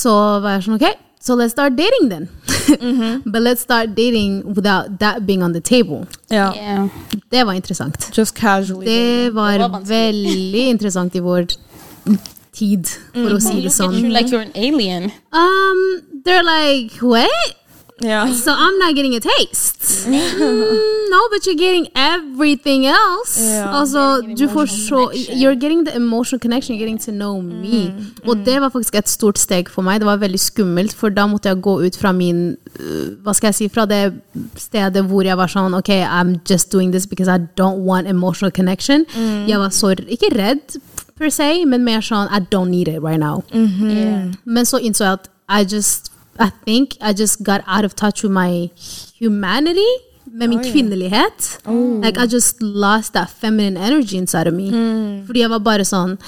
Speaker 1: så var jeg sånn OK, so let's start dating then. but let's start dating without that being on the table.
Speaker 2: Ja.
Speaker 3: Yeah.
Speaker 1: Det var interessant.
Speaker 2: Just casually.
Speaker 1: Det var,
Speaker 3: Det var vanskelig.
Speaker 1: veldig interessant i vår tid, for å si det
Speaker 3: Look at you
Speaker 1: sånn.
Speaker 3: like you're an alien.
Speaker 1: Um, they're like, what?
Speaker 2: ja.
Speaker 1: So I'm not getting a taste. Mm, no, but you're getting everything else.
Speaker 2: Ja.
Speaker 1: Altså, du får så You're getting the emotional connection. You're getting to know me. Og det var faktisk et stort steg for meg. Det var veldig skummelt, for da måtte jeg gå ut fra min øh, Hva skal jeg si? Fra det stedet hvor jeg var sånn OK, I'm just doing this because I don't want emotional connection. Jeg var så Ikke redd per se, men mer sånn I don't need it right now.
Speaker 3: Yeah.
Speaker 1: Men så innså jeg at I just I think I just got out of touch with my humanity. Med
Speaker 2: Oh,
Speaker 1: min kvinnelighet. Like I just lost that feminine energy inside of me.
Speaker 2: Hmm.
Speaker 1: Fordi jeg var bare sånn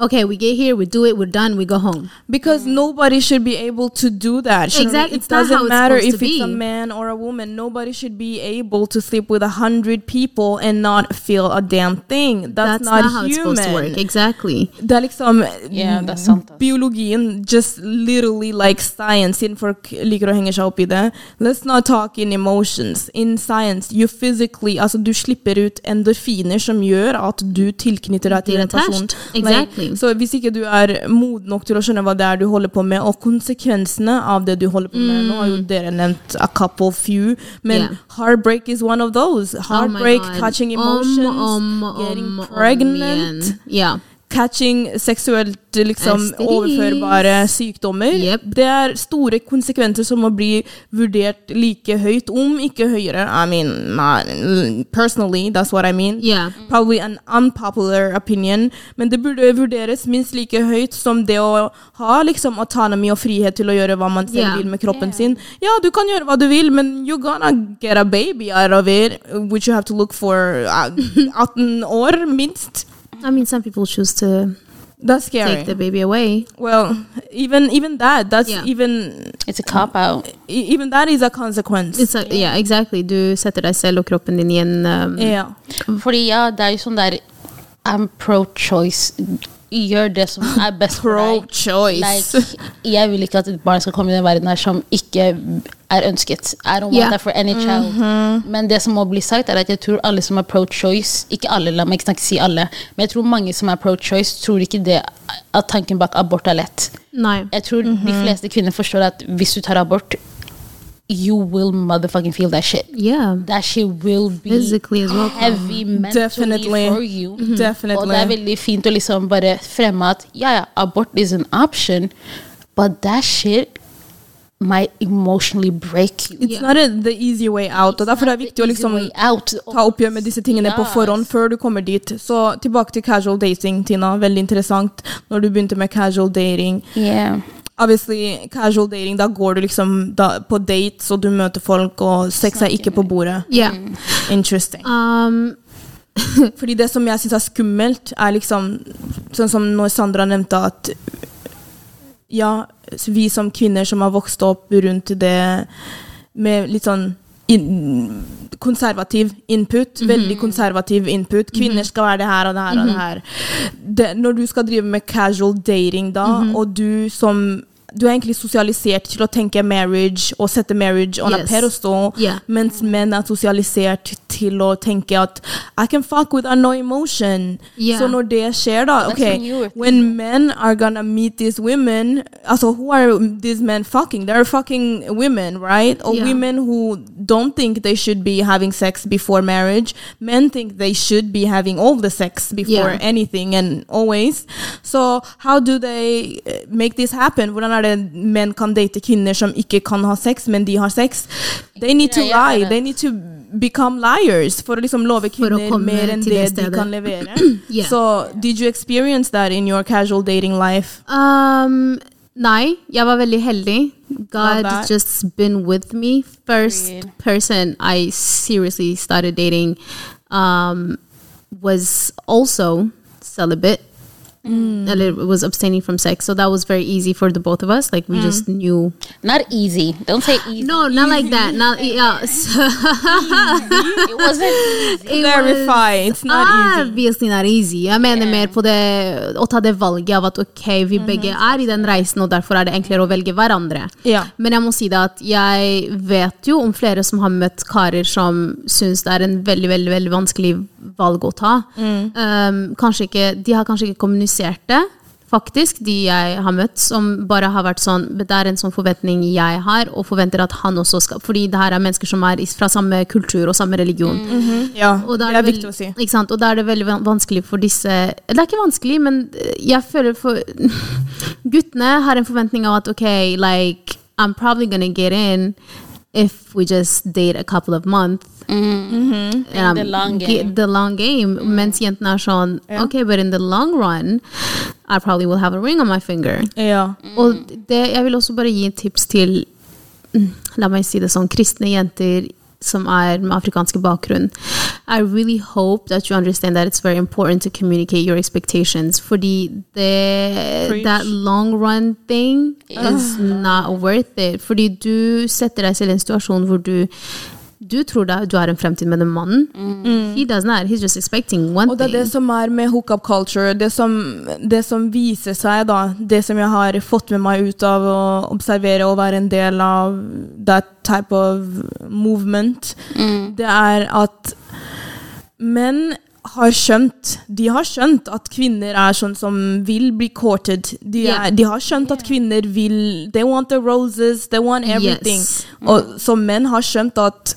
Speaker 1: OK, we get here, we do it, we're done, we go home.
Speaker 2: Because nobody should be able to do that. Shouldn't we?
Speaker 1: Exactly.
Speaker 2: It
Speaker 1: It's not how
Speaker 2: doesn't
Speaker 1: it's
Speaker 2: matter
Speaker 1: supposed
Speaker 2: if
Speaker 1: to
Speaker 2: it's a
Speaker 1: be.
Speaker 2: man or a woman. Nobody should be able to sleep with a hundred people and not feel a damn thing. That's,
Speaker 1: That's, not, how it's supposed to work.
Speaker 2: human.
Speaker 1: Exactly.
Speaker 2: Det er liksom
Speaker 3: Yeah, det er sant, ass.
Speaker 2: Biologien, just literally like science, siden folk liker å henge seg opp i det. Let's not talk in emotions. In science, you physically Altså, du slipper ut endorfiner som gjør at du tilknytter deg til
Speaker 1: Blir
Speaker 2: en person.
Speaker 1: attached. Exactly.
Speaker 2: Like, så hvis ikke du er moden nok til å skjønne hva det er du holder på med, og konsekvensene av det du holder på med Nå har jo dere nevnt a couple few, men
Speaker 1: Mm. Yeah.
Speaker 2: heartbreak is one of those.
Speaker 1: Oh my
Speaker 2: Heartbreak,
Speaker 1: God.
Speaker 2: touching
Speaker 1: Om,
Speaker 2: emotions,
Speaker 1: om,
Speaker 2: getting
Speaker 1: om, om
Speaker 2: pregnant
Speaker 1: igjen. Ja.
Speaker 2: catching seksuelt liksom
Speaker 1: STDs.
Speaker 2: overførbare sykdommer.
Speaker 1: Jep.
Speaker 2: Det er store konsekvenser som må bli vurdert like høyt, om ikke høyere. I mean, not, personally, that's what I mean.
Speaker 1: Ja.
Speaker 2: Probably an unpopular opinion, men det burde vurderes minst like høyt som det å ha liksom autonomy og frihet til å gjøre hva man selv
Speaker 1: Ja.
Speaker 2: vil med kroppen sin. Ja, du kan gjøre hva du vil, men you're gonna get a baby out of it, which you have to look for uh, 18 år, minst.
Speaker 1: I mean, some people choose to
Speaker 2: That's scary.
Speaker 1: take the baby away.
Speaker 2: Well, even even that that's
Speaker 1: Yeah.
Speaker 2: even
Speaker 3: It's a cop out.
Speaker 2: e- even that is a consequence.
Speaker 1: It's a, yeah, exactly. Du setter deg selv og kroppen din i en um,
Speaker 2: yeah.
Speaker 3: Fordi ja, det er jo sånn der I'm pro-choice. Gjør det som er best for deg.
Speaker 2: Pro-choice.
Speaker 3: Like, jeg vil ikke at et barn skal komme i den verden her som ikke er ønsket. I don't want
Speaker 1: Ja.
Speaker 3: that for any child. Men det som må bli sagt, er at jeg tror alle som er pro-choice Ikke alle, la meg ikke si alle, men jeg tror mange som er pro-choice, tror ikke det at tanken bak abort er lett.
Speaker 1: Nei.
Speaker 3: Jeg tror de fleste kvinner forstår at hvis du tar abort, you will motherfucking feel that shit.
Speaker 1: Yeah.
Speaker 3: that shit will be
Speaker 1: Physically as well. Mm-hmm.
Speaker 3: heavy mentally
Speaker 2: Definitely.
Speaker 3: for you. Og det er
Speaker 2: Definitely.
Speaker 3: veldig fint å liksom bare fremme at ja, ja, abort is an option, but that shit might emotionally break you.
Speaker 2: It's not a, the easy way out. Og derfor er det
Speaker 3: Not
Speaker 2: viktig å
Speaker 3: the easy
Speaker 2: liksom
Speaker 3: way out.
Speaker 2: ta oppgjør med disse tingene på
Speaker 3: Yes.
Speaker 2: forhånd før du kommer dit. Så tilbake til casual dating, Tina. Veldig interessant når du begynte med casual dating.
Speaker 3: Yeah.
Speaker 2: Obviously, casual dating, da går du liksom da, på dates, og du møter folk, og sex er ikke på bordet.
Speaker 1: Yeah.
Speaker 2: Interesting.
Speaker 1: Um,
Speaker 2: Fordi det som jeg syns er skummelt, er liksom Sånn som når Sandra nevnte at Ja, vi som kvinner som har vokst opp rundt det med litt sånn in, konservativ input. Veldig konservativ input. Kvinner skal være det her og det her og det her. Det, når du skal drive med casual dating, da, og du som du er egentlig sosialisert til å tenke marriage og sette marriage on
Speaker 1: Yes.
Speaker 2: a pedestal,
Speaker 1: Yeah.
Speaker 2: mens menn er sosialisert til å tenke at I can fuck without no emotion.
Speaker 1: Yeah.
Speaker 2: Så når det skjer, da
Speaker 3: That's
Speaker 2: okay,
Speaker 3: when you were
Speaker 2: when men are gonna meet these women, also who are these men fucking? They're fucking women, right? Or
Speaker 1: Yeah.
Speaker 2: women who don't think they should be having sex before marriage. Men think they should be having all the sex before
Speaker 1: Yeah.
Speaker 2: anything and always. So how do they eh, make this happen? Hvordan er det menn kan date kvinner som ikke kan ha sex, men de har sex? They need to
Speaker 3: Ja, jeg
Speaker 2: lie.
Speaker 3: skjønner.
Speaker 2: They need to become liars for å liksom love
Speaker 1: For å
Speaker 2: kvinner
Speaker 1: komme
Speaker 2: mer enn
Speaker 1: til
Speaker 2: det
Speaker 1: det
Speaker 2: de
Speaker 1: stedet.
Speaker 2: kan levere.
Speaker 1: Yeah.
Speaker 2: So, did you experience that in your casual dating life?
Speaker 1: Um, nei, jeg var veldig heldig. God
Speaker 2: that.
Speaker 1: just been with me. First
Speaker 3: Period.
Speaker 1: person I seriously started dating um, was also celibate. And it was abstaining from sex, so that was very easy for the both of us. Like we just knew.
Speaker 3: Not easy. Don't say easy.
Speaker 1: No, not like that. Not yeah. so
Speaker 3: it wasn't.
Speaker 1: it was- Ah!
Speaker 2: Clarify, it's not easy.
Speaker 1: Obviously not easy. Jeg mener mer på det å ta det valget av at ok, vi
Speaker 2: Mhm.
Speaker 1: begge er i den reisen, og derfor er det enklere å velge hverandre.
Speaker 2: Ja.
Speaker 1: Men jeg må si det at jeg vet jo om flere som har møtt karer som syns det er en veldig veldig, veldig vanskelig valg å ta.
Speaker 2: Mm.
Speaker 1: Um, kanskje ikke, de har kanskje ikke kommunisert det, faktisk, de jeg har møtt, som bare har vært sånn "Men Det er en sånn forventning jeg har, og forventer at han også skal Fordi det her er mennesker som er is- fra samme kultur og samme religion.
Speaker 2: Mm. Ja,
Speaker 1: Og da
Speaker 2: det er
Speaker 1: vel-
Speaker 2: viktig å si.
Speaker 1: Ikke sant? Og da er det veldig van- vanskelig for disse Det er ikke vanskelig, men eh, jeg føler for Guttene har en forventning av at ok, like I'm probably gonna get in if we just date a couple of months.
Speaker 3: Mm.
Speaker 2: Mm-hmm.
Speaker 3: In the long game.
Speaker 1: the long game.
Speaker 2: Mm.
Speaker 1: Mens jentene er sånn Ok, but in the long run I probably will have a ring on my finger.
Speaker 2: Ja.
Speaker 1: Og det, jeg vil også bare gi et tips til mm, La meg si det sånn kristne jenter som er med afrikansk bakgrunn. I really hope that you understand that it's very important to communicate your expectations. Fordi det,
Speaker 2: Preach.
Speaker 1: that long run thing is not worth it. Fordi du setter deg selv i en situasjon hvor du du tror da du har en fremtid med den mannen. He does not. He's just expecting one
Speaker 2: Mm. Og det er det
Speaker 1: thing.
Speaker 2: som er med hookup culture. Det som, det som viser seg, da. Det som jeg har fått med meg ut av å observere og være en del av that type of movement,
Speaker 1: Mm.
Speaker 2: det er at menn har skjønt De har skjønt at kvinner er sånn som vil bli courted. De,
Speaker 1: Ja.
Speaker 2: er, de har skjønt at kvinner vil They want the roses, they want everything.
Speaker 1: Yes.
Speaker 2: Og så menn har skjønt at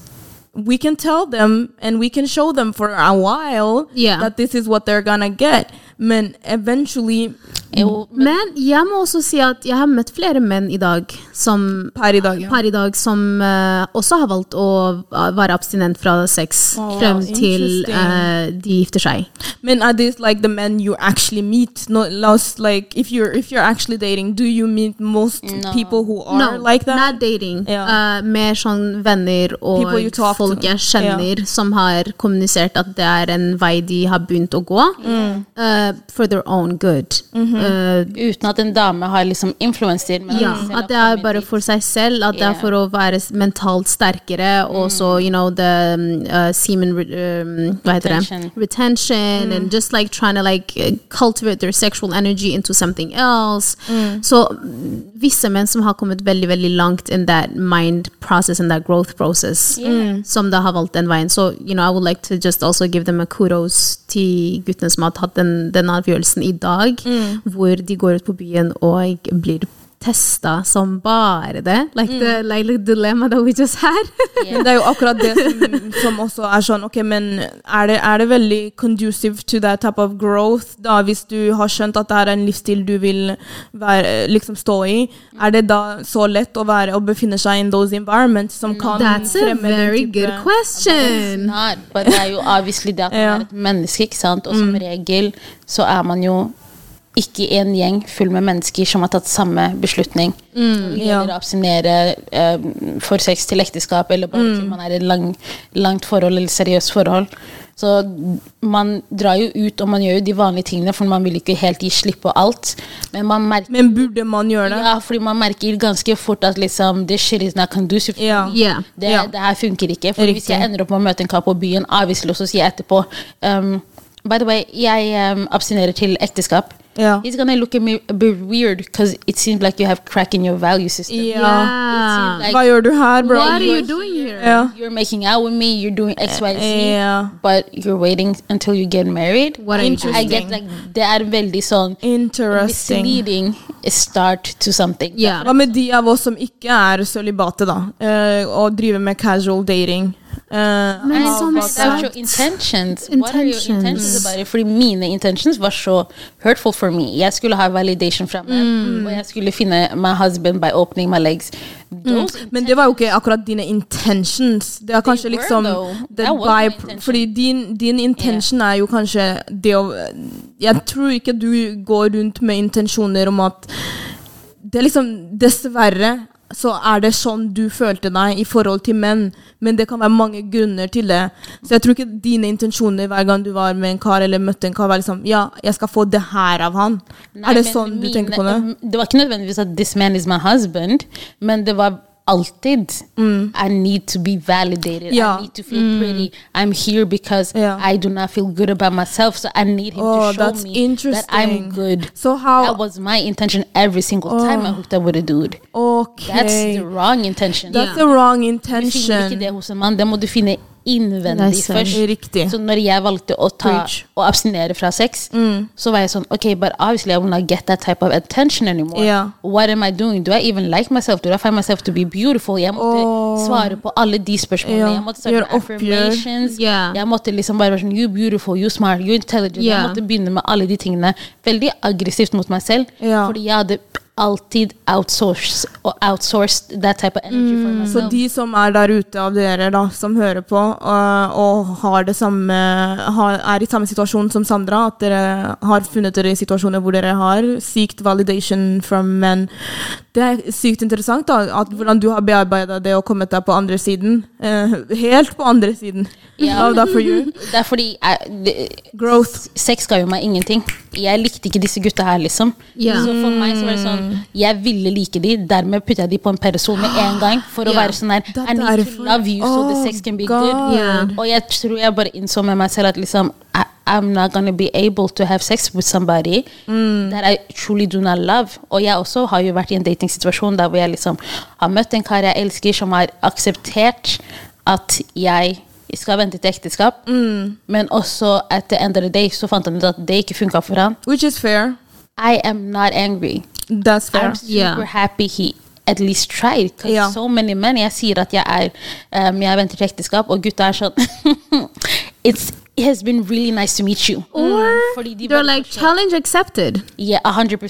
Speaker 2: We can tell them and we can show them for a while
Speaker 1: Yeah.
Speaker 2: that this is what they're gonna get. Men eventually
Speaker 3: It will,
Speaker 1: Men jeg må også si at jeg har møtt flere menn i dag som
Speaker 2: per i dag, ja.
Speaker 1: par i dag som eh, også har valgt å eh, være abstinent fra sex
Speaker 2: Å,
Speaker 1: frem til
Speaker 2: interesting.
Speaker 1: eh, de gifter seg.
Speaker 2: Men are these like the men you actually meet? No, lost like if you're if you're actually dating, do you meet most
Speaker 3: No.
Speaker 2: people who are
Speaker 1: No,
Speaker 2: like that?
Speaker 1: not dating.
Speaker 2: Ja.
Speaker 1: Eh, mer sånn venner og
Speaker 2: People you talk to.
Speaker 1: folk jeg kjenner som har kommunisert at det er en vei de har begynt å gå.
Speaker 2: Mm.
Speaker 1: eh, for their own good.
Speaker 2: Mm-hmm.
Speaker 1: Eh,
Speaker 3: uten at en dame har liksom influenced it. men
Speaker 1: Ja,
Speaker 3: selv
Speaker 1: at det
Speaker 3: om
Speaker 1: er
Speaker 3: vi
Speaker 1: bare
Speaker 3: liker-
Speaker 1: for seg selv. At det er
Speaker 3: Ja.
Speaker 1: for å være s- mentalt sterkere. Og
Speaker 2: Mm.
Speaker 1: så, you know, the um, uh, semen re- um, Hva heter
Speaker 3: Retention.
Speaker 1: det? Retention. And just like trying to like uh, cultivate their sexual energy into something else. Så mm, visse menn som har kommet veldig, veldig langt in that mind process and that growth process. Som da har valgt den veien. Så, you know, I would like to just also give them a kudos til guttene som har tatt den, den avgjørelsen i dag. Hvor de går ut på byen og blir testa som bare det. Like the like the dilemma that we just had.
Speaker 2: Men det er jo akkurat det som, som også er sånn Ok, men er det, er det veldig conducive to that type of growth, da, hvis du har skjønt at det her er en livsstil du vil være, liksom stå i? Er det da så lett å være å befinne seg in those environments som kan
Speaker 1: That's a
Speaker 2: fremme den
Speaker 1: very
Speaker 2: type-
Speaker 1: good
Speaker 3: It's
Speaker 1: question.
Speaker 3: not, but det er jo obviously det at man
Speaker 2: Ja. Mm.
Speaker 3: er et menneske, ikke sant? Og som regel så er man jo ikke i en gjeng full med mennesker som har tatt samme beslutning. Mm,
Speaker 2: ja.
Speaker 3: Eller abstinere eh,
Speaker 2: Mm.
Speaker 3: for sex til ekteskap, eller bare til man er i lang, langt forhold eller seriøst forhold. Så man drar jo ut, og man gjør jo de vanlige tingene, for man vil ikke helt gi slipp på alt. Men man merker
Speaker 2: Men burde man gjøre det?
Speaker 3: ja, fordi man merker ganske fort at liksom, this shit is not conducive. for
Speaker 2: Ja.
Speaker 3: me.
Speaker 1: Ja.
Speaker 3: Det,
Speaker 2: Ja.
Speaker 3: det her funker ikke. For hvis
Speaker 2: Riktig.
Speaker 3: jeg ender opp med å møte en kar på byen, ah, avviselig, og så sier jeg etterpå um, By the way, jeg um, abstinerer til ekteskap.
Speaker 2: Ja.
Speaker 3: He's gonna look at me a bit weird because it seems like you have crack in your value system.
Speaker 2: ja.
Speaker 3: It seems like
Speaker 2: Hva gjør du her, bro?
Speaker 1: What are you doing here?
Speaker 2: Ja.
Speaker 3: You're making out with me, you're doing X, Y, Z,
Speaker 2: Ja.
Speaker 3: but you're waiting until you get married.
Speaker 1: What are you doing?
Speaker 3: I get like Det er veldig sånn
Speaker 2: Interesting.
Speaker 3: misleading start to something.
Speaker 1: Ja.
Speaker 2: Hva med de av oss som ikke er sølibate, da? eh, og driver med casual dating? Eh,
Speaker 1: Men
Speaker 2: hva-
Speaker 1: som
Speaker 2: hva-
Speaker 1: sagt-
Speaker 3: About your intentions. What are your
Speaker 1: Intentions.
Speaker 3: intentions about it? Fordi mine intentions var så hurtful for me. Jeg skulle ha validation fra meg,
Speaker 2: Mm.
Speaker 3: og jeg skulle finne my husband by opening my legs. Those
Speaker 2: Men det var jo ikke akkurat dine intentions. Det er kanskje
Speaker 3: were,
Speaker 2: liksom
Speaker 3: though.
Speaker 2: the
Speaker 3: That was my
Speaker 2: by-
Speaker 3: intention.
Speaker 2: Fordi din, din intention er jo kanskje det å Jeg tror ikke du går rundt med intensjoner om at Det er liksom Dessverre så er det sånn du følte deg i forhold til menn, men det kan være mange grunner til det. Så jeg tror ikke dine intensjoner hver gang du var med en kar eller møtte en kar, var liksom Ja, jeg skal få det her av han.
Speaker 3: Nei,
Speaker 2: er det
Speaker 3: men
Speaker 2: sånn du
Speaker 3: mine-
Speaker 2: tenker på det?
Speaker 3: Det var ikke nødvendigvis at 'this man is my husband', men det var alltid
Speaker 2: Mm.
Speaker 3: I need to be validated.
Speaker 2: Ja.
Speaker 3: I need to feel
Speaker 2: Mm.
Speaker 3: pretty. I'm here because
Speaker 2: Ja.
Speaker 3: I do not feel good about myself, so I need him
Speaker 2: Oh,
Speaker 3: to show
Speaker 2: that's
Speaker 3: me that I'm
Speaker 2: interesting.
Speaker 3: good.
Speaker 2: So Oh. how-
Speaker 3: that was my intention every single time I hooked up with a dude.
Speaker 2: Ok.
Speaker 3: That's the wrong intention.
Speaker 2: That's the wrong
Speaker 3: Du finner ikke
Speaker 2: intention.
Speaker 3: det hos en mann, det må du finne
Speaker 1: Nei,
Speaker 3: innvendig
Speaker 1: sant.
Speaker 3: først.
Speaker 2: Riktig.
Speaker 3: Så når jeg valgte å ta
Speaker 2: Preach. Mm.
Speaker 3: og abstinere fra sex, så var jeg sånn Ok, but obviously I will not get that type of attention anymore.
Speaker 2: Ja.
Speaker 3: What am I doing? Do I even like myself? Do I find myself to be beautiful? Jeg måtte svare på alle de spørsmålene.
Speaker 2: Ja,
Speaker 3: Jeg måtte starte
Speaker 2: gjøre
Speaker 3: med
Speaker 2: oppgjør.
Speaker 3: affirmations.
Speaker 1: Ja.
Speaker 3: Jeg måtte liksom bare være sånn You beautiful, you smart, you intelligent.
Speaker 1: Ja.
Speaker 3: Jeg måtte begynne med alle de tingene. Veldig aggressivt mot meg selv,
Speaker 2: Ja.
Speaker 3: fordi jeg hadde alltid outsourced, outsourced that type of energy for myself.
Speaker 2: Så de som er der ute av dere da, som hører på og, og har det samme, har, er i samme situasjon som Sandra, at dere har funnet dere i situasjoner hvor dere har sykt validation from men. Det er sykt interessant da, at hvordan du har bearbeidet det og kommet deg på andre siden. Eh, helt på andre siden.
Speaker 3: Ja.
Speaker 2: Love that for you.
Speaker 3: Det er fordi jeg, det-
Speaker 2: Growth.
Speaker 3: Sex ga jo meg ingenting. Jeg likte ikke disse gutta her, liksom.
Speaker 1: Ja.
Speaker 3: Så for meg så var det sånn Jeg ville like de, dermed putta jeg de på en pedestal med en gang. For å
Speaker 1: Ja.
Speaker 3: være sånn her
Speaker 2: Det er
Speaker 3: I need
Speaker 2: derfor.
Speaker 3: to love you so
Speaker 2: Oh,
Speaker 3: the sex can be
Speaker 2: God.
Speaker 3: good.
Speaker 1: Ja.
Speaker 3: Og jeg tror jeg bare innså med meg selv at liksom I, I'm not gonna be able to have sex with somebody
Speaker 2: Mm.
Speaker 3: that I truly do not love. Og jeg også har jo vært i en datingsituasjon der hvor jeg liksom har møtt en kar jeg elsker, som har akseptert at jeg skal vente til ekteskap.
Speaker 2: Mm.
Speaker 3: Men også at the end of the day så fant han ut at det ikke funka for han.
Speaker 2: Which is fair.
Speaker 3: I am not angry.
Speaker 2: That's fair.
Speaker 3: I'm super
Speaker 1: Yeah.
Speaker 3: happy he at least tried. 'cause
Speaker 2: Ja.
Speaker 3: so many men Jeg sier at jeg er um, Jeg venter til ekteskap, og gutta er sånn It's, It has been really nice to meet you.
Speaker 1: Mm.
Speaker 3: Mm.
Speaker 1: Or
Speaker 3: Fordi de
Speaker 1: they're
Speaker 3: bare
Speaker 1: like challenge accepted.
Speaker 3: Yeah, 100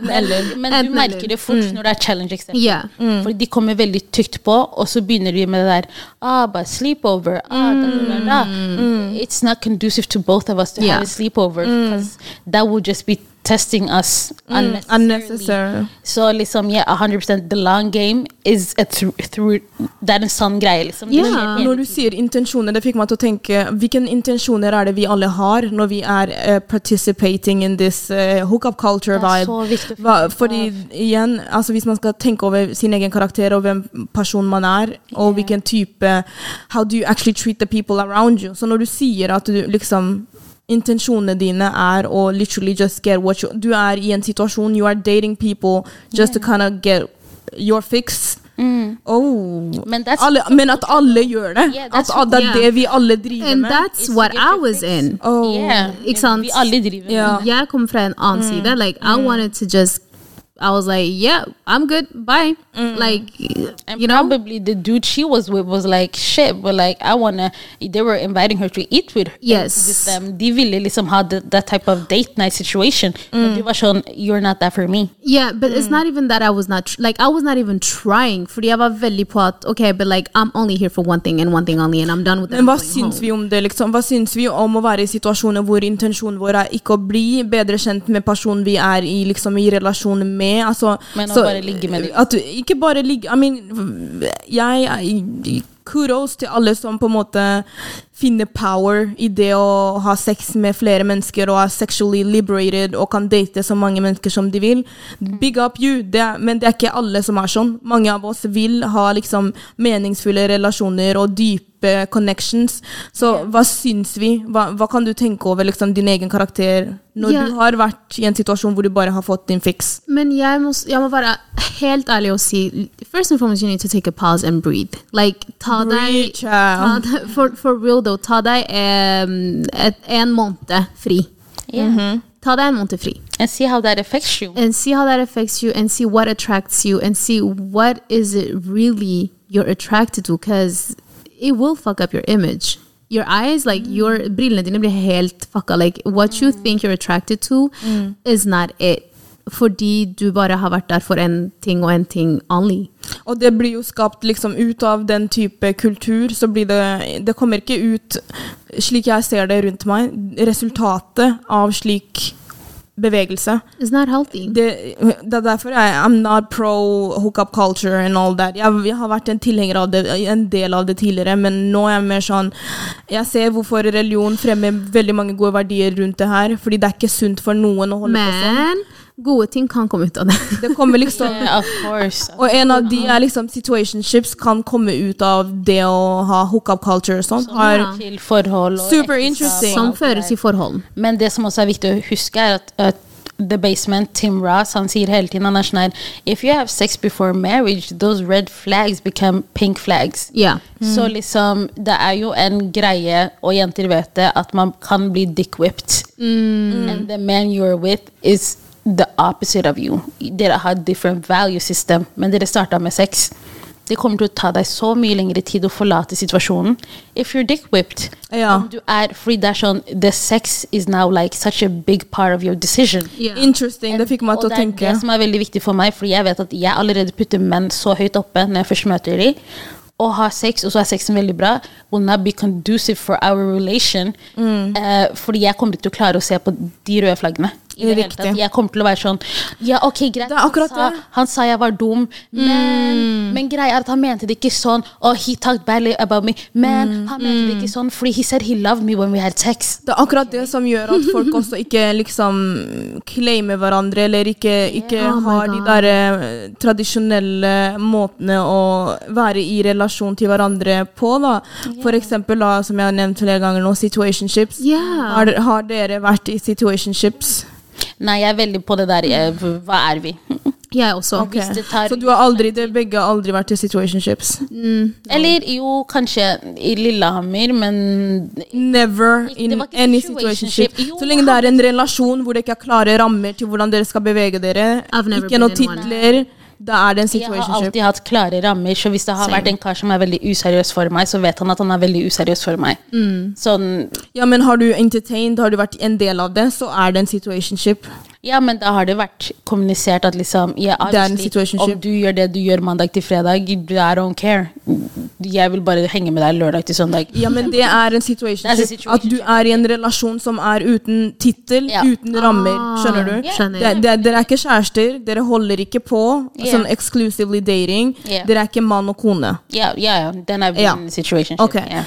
Speaker 3: Men- Men du
Speaker 1: Enten
Speaker 3: merker
Speaker 1: eller.
Speaker 3: det fort når det er challenge accepted.
Speaker 1: Mm. Ja. Mm.
Speaker 3: Fordi de kommer veldig tykt på, og så begynner de med det der ah, bare sleepover. Ah, da, da, da, da.
Speaker 1: Mm.
Speaker 3: It's not conducive to both of us to
Speaker 1: Ja.
Speaker 3: have a sleepover.
Speaker 1: Mm.
Speaker 3: because That would just be testing us unnecessarily.
Speaker 2: Unnecessary.
Speaker 3: Så liksom, yeah, 100 the long game is a thr- thr- Det er en sann greie, liksom. Det
Speaker 1: Ja.
Speaker 3: er skjer hele
Speaker 2: Når du sier intensjoner, det fikk meg til å tenke Hvilke intensjoner er det vi alle har når vi er eh, participating in this eh, hookup culture
Speaker 3: Det er
Speaker 2: vibe?
Speaker 3: så viktig å
Speaker 2: Hva,
Speaker 3: finne ut
Speaker 2: fordi igjen, altså hvis man skal tenke over sin egen karakter og hvem person man er, og hvilken type How do you actually treat the people around you? Så når du sier at du liksom Intensjonene dine er å literally just get what you Du er i en situasjon, you are dating people just to kind of get your fix. Oh.
Speaker 3: Mm. Men that's-
Speaker 2: alle, men at alle gjør det.
Speaker 3: Yeah,
Speaker 2: at
Speaker 3: that's
Speaker 2: at det er
Speaker 1: yeah.
Speaker 2: det vi alle driver
Speaker 1: And
Speaker 2: med.
Speaker 1: that's
Speaker 3: It's
Speaker 1: what
Speaker 3: to get
Speaker 1: I
Speaker 3: your
Speaker 1: was
Speaker 3: fix.
Speaker 1: in.
Speaker 2: oh.
Speaker 3: Yeah.
Speaker 1: Ikke sant?
Speaker 3: Vi alle driver med
Speaker 2: Ja.
Speaker 3: det.
Speaker 1: Jeg kom fra en annen
Speaker 3: Mm.
Speaker 1: side. Like, I wanted to just I was like, yeah, I'm good. Bye. Like,
Speaker 3: And
Speaker 1: you know?
Speaker 3: Mm. probably the dude she was with was like shit, but like I wanna. They were inviting her to eat with her.
Speaker 1: Yes.
Speaker 3: With them, they really liksom had that, that type of date night situation.
Speaker 2: Mm.
Speaker 3: But they were shown, you're not that for me.
Speaker 1: Yeah, but
Speaker 3: Mm.
Speaker 1: it's not even that I was not tr- like I was not even trying. Fordi jeg var veldig på at okay, but like I'm only here for one thing and one thing only, and I'm done with it.
Speaker 2: Men
Speaker 1: I'm
Speaker 2: hva
Speaker 1: going
Speaker 2: syns
Speaker 1: home.
Speaker 2: vi om det, liksom? Hva syns vi om å være i situasjoner hvor intensjonen vår er ikke å bli bedre kjent med personen vi er i, liksom, i relasjon med? Altså,
Speaker 3: Men å bare ligge med dem.
Speaker 2: At du, ikke bare ligge I mean, jeg, jeg kudos til alle som på en måte finner power i det å ha sex med flere mennesker og er sexually liberated og kan date så mange mennesker som de vil. Big up you! Det er, men det er ikke alle som er sånn. Mange av oss vil ha liksom meningsfulle relasjoner og dype connections. Så hva syns vi? Hva, hva kan du tenke over liksom, din egen karakter når
Speaker 1: Ja.
Speaker 2: du har vært i en situasjon hvor du bare har fått din fiks?
Speaker 1: Men jeg må, jeg må være helt ærlig og si First and foremost, you need to take a pause and breathe. Like, ta
Speaker 2: Breathe,
Speaker 1: deg ta
Speaker 2: child.
Speaker 1: deg- for, for real, though. Ta deg em, et, en måned fri.
Speaker 3: Yeah.
Speaker 2: Mm-hmm.
Speaker 1: Ta deg en måned fri.
Speaker 3: And see how that affects you.
Speaker 1: and see how that affects you and see what attracts you and see what is it really you're attracted to because it will fuck up your image your eyes like
Speaker 2: Mm.
Speaker 1: your brillene dine blir helt fucka like what you think you're attracted to
Speaker 2: Mm.
Speaker 1: is not it fordi du bare har vært der for en ting og en ting only
Speaker 2: Og det blir jo skapt liksom ut av den type kultur, så blir det Det kommer ikke ut, slik jeg ser det rundt meg, resultatet av slik bevegelse.
Speaker 1: it's not healthy
Speaker 2: Det, det er derfor jeg I'm not pro hookup culture and all that. Jeg, jeg har vært en tilhenger av det, en del av det tidligere, men nå er jeg mer sånn Jeg ser hvorfor religion fremmer veldig mange gode verdier rundt det her, fordi det er ikke sunt for noen å holde på sånn.
Speaker 1: men gode ting kan komme ut av det
Speaker 2: Det kommer liksom
Speaker 3: Yeah, of course.
Speaker 2: Og en av de er liksom situationships kan komme ut av det å ha hookup culture og
Speaker 3: Sånn.
Speaker 2: sånt. Har,
Speaker 1: Ja.
Speaker 3: Til forhold og
Speaker 2: Super
Speaker 3: ekteskap
Speaker 2: interesting.
Speaker 3: og
Speaker 1: som
Speaker 3: alt det
Speaker 1: føres
Speaker 3: der.
Speaker 1: i forhold
Speaker 3: Men det som også er viktig å huske, er at, at The Basement, Tim Ross, han sier hele tiden han er sånn her If you have sex before marriage, those red flags become pink flags.
Speaker 1: yeah
Speaker 3: Så liksom, det er jo en greie, og jenter vet det, at man kan bli dick whipped. And the man you're with is the opposite of you. Dere har different value system, men dere starta med sex. Det kommer til å ta deg så mye lengre tid å forlate situasjonen. If you're dick whipped,
Speaker 2: Ja.
Speaker 3: om du er fordi det er sånn The sex is now like such a big part of your decision.
Speaker 1: yeah
Speaker 2: Interesting. Det fikk meg
Speaker 3: Og
Speaker 2: til å
Speaker 3: det er
Speaker 2: tenke.
Speaker 3: det som er veldig viktig for meg, fordi jeg vet at jeg allerede putter menn så høyt oppe når jeg først møter dem. Å ha sex, og så er sexen veldig bra, will not be conducive for our relation.
Speaker 2: Mm.
Speaker 3: Eh, fordi jeg kommer til å klare å se på de røde flaggene. I det hele
Speaker 2: Riktig.
Speaker 3: tatt. Jeg kommer til å være sånn Ja, ok, greit.
Speaker 2: Det er akkurat
Speaker 3: han,
Speaker 2: det. Mm.
Speaker 3: sa, han sa jeg var dum, men, men greia er at han mente det ikke sånn. Og he talked badly about me, men
Speaker 2: Mm.
Speaker 3: han mente det ikke sånn fordi he said he loved me when we had sex.
Speaker 2: Det er akkurat det som gjør at folk også ikke liksom claimer hverandre, eller ikke, ikke
Speaker 1: Yeah. Oh my
Speaker 2: har de
Speaker 1: God.
Speaker 2: der eh, tradisjonelle måtene å være i relasjon til hverandre på, da. For eksempel, da, som jeg har nevnt flere ganger nå, situationships.
Speaker 1: Yeah.
Speaker 2: Har, har dere vært i situationships?
Speaker 3: Nei, jeg er veldig på det der eh, Hva er vi?
Speaker 1: jeg også
Speaker 2: Ok.
Speaker 3: Hvis det tar-
Speaker 2: Så du har aldri, dere begge har aldri vært i situationships?
Speaker 3: Eller jo, kanskje i Lillehammer, men
Speaker 2: Never
Speaker 3: Ikke- det
Speaker 2: in
Speaker 3: var ikke
Speaker 2: any
Speaker 3: situationship.
Speaker 2: situationship.
Speaker 3: Jo,
Speaker 2: Så lenge det er en relasjon hvor det ikke er klare rammer til hvordan dere skal bevege dere,
Speaker 1: I've never
Speaker 2: ikke noen
Speaker 1: been in one.
Speaker 2: titler, da er det en
Speaker 3: jeg har
Speaker 2: situationship.
Speaker 3: alltid hatt klare rammer. Så hvis det har
Speaker 1: Same.
Speaker 3: vært en kar som er veldig useriøs for meg, så vet han at han er veldig useriøs for meg.
Speaker 2: Mm.
Speaker 3: Sånn,
Speaker 2: Ja, men har du entertained, har du vært en del av det, så er det en situationship.
Speaker 3: ja, men da har det vært kommunisert at liksom ja,
Speaker 2: Det er en
Speaker 3: obviously,
Speaker 2: situationship.
Speaker 3: Om du gjør det du gjør mandag til fredag, I don't care. Jeg vil bare henge med deg lørdag til søndag.
Speaker 2: Ja, men det er en
Speaker 3: Det er en
Speaker 2: situationship.
Speaker 3: situationship.
Speaker 2: At du er i en relasjon som er uten tittel,
Speaker 3: Ja.
Speaker 2: uten rammer. Skjønner du?
Speaker 1: Ah, skjønner.
Speaker 2: Det, det, dere er ikke kjærester, dere holder ikke på
Speaker 3: Ja.
Speaker 2: sånn exclusively dating.
Speaker 3: Ja.
Speaker 2: Dere er ikke mann og kone.
Speaker 3: Ja, ja, ja. Den er
Speaker 2: Ja.
Speaker 3: en situation.
Speaker 2: Ok.
Speaker 3: Ja.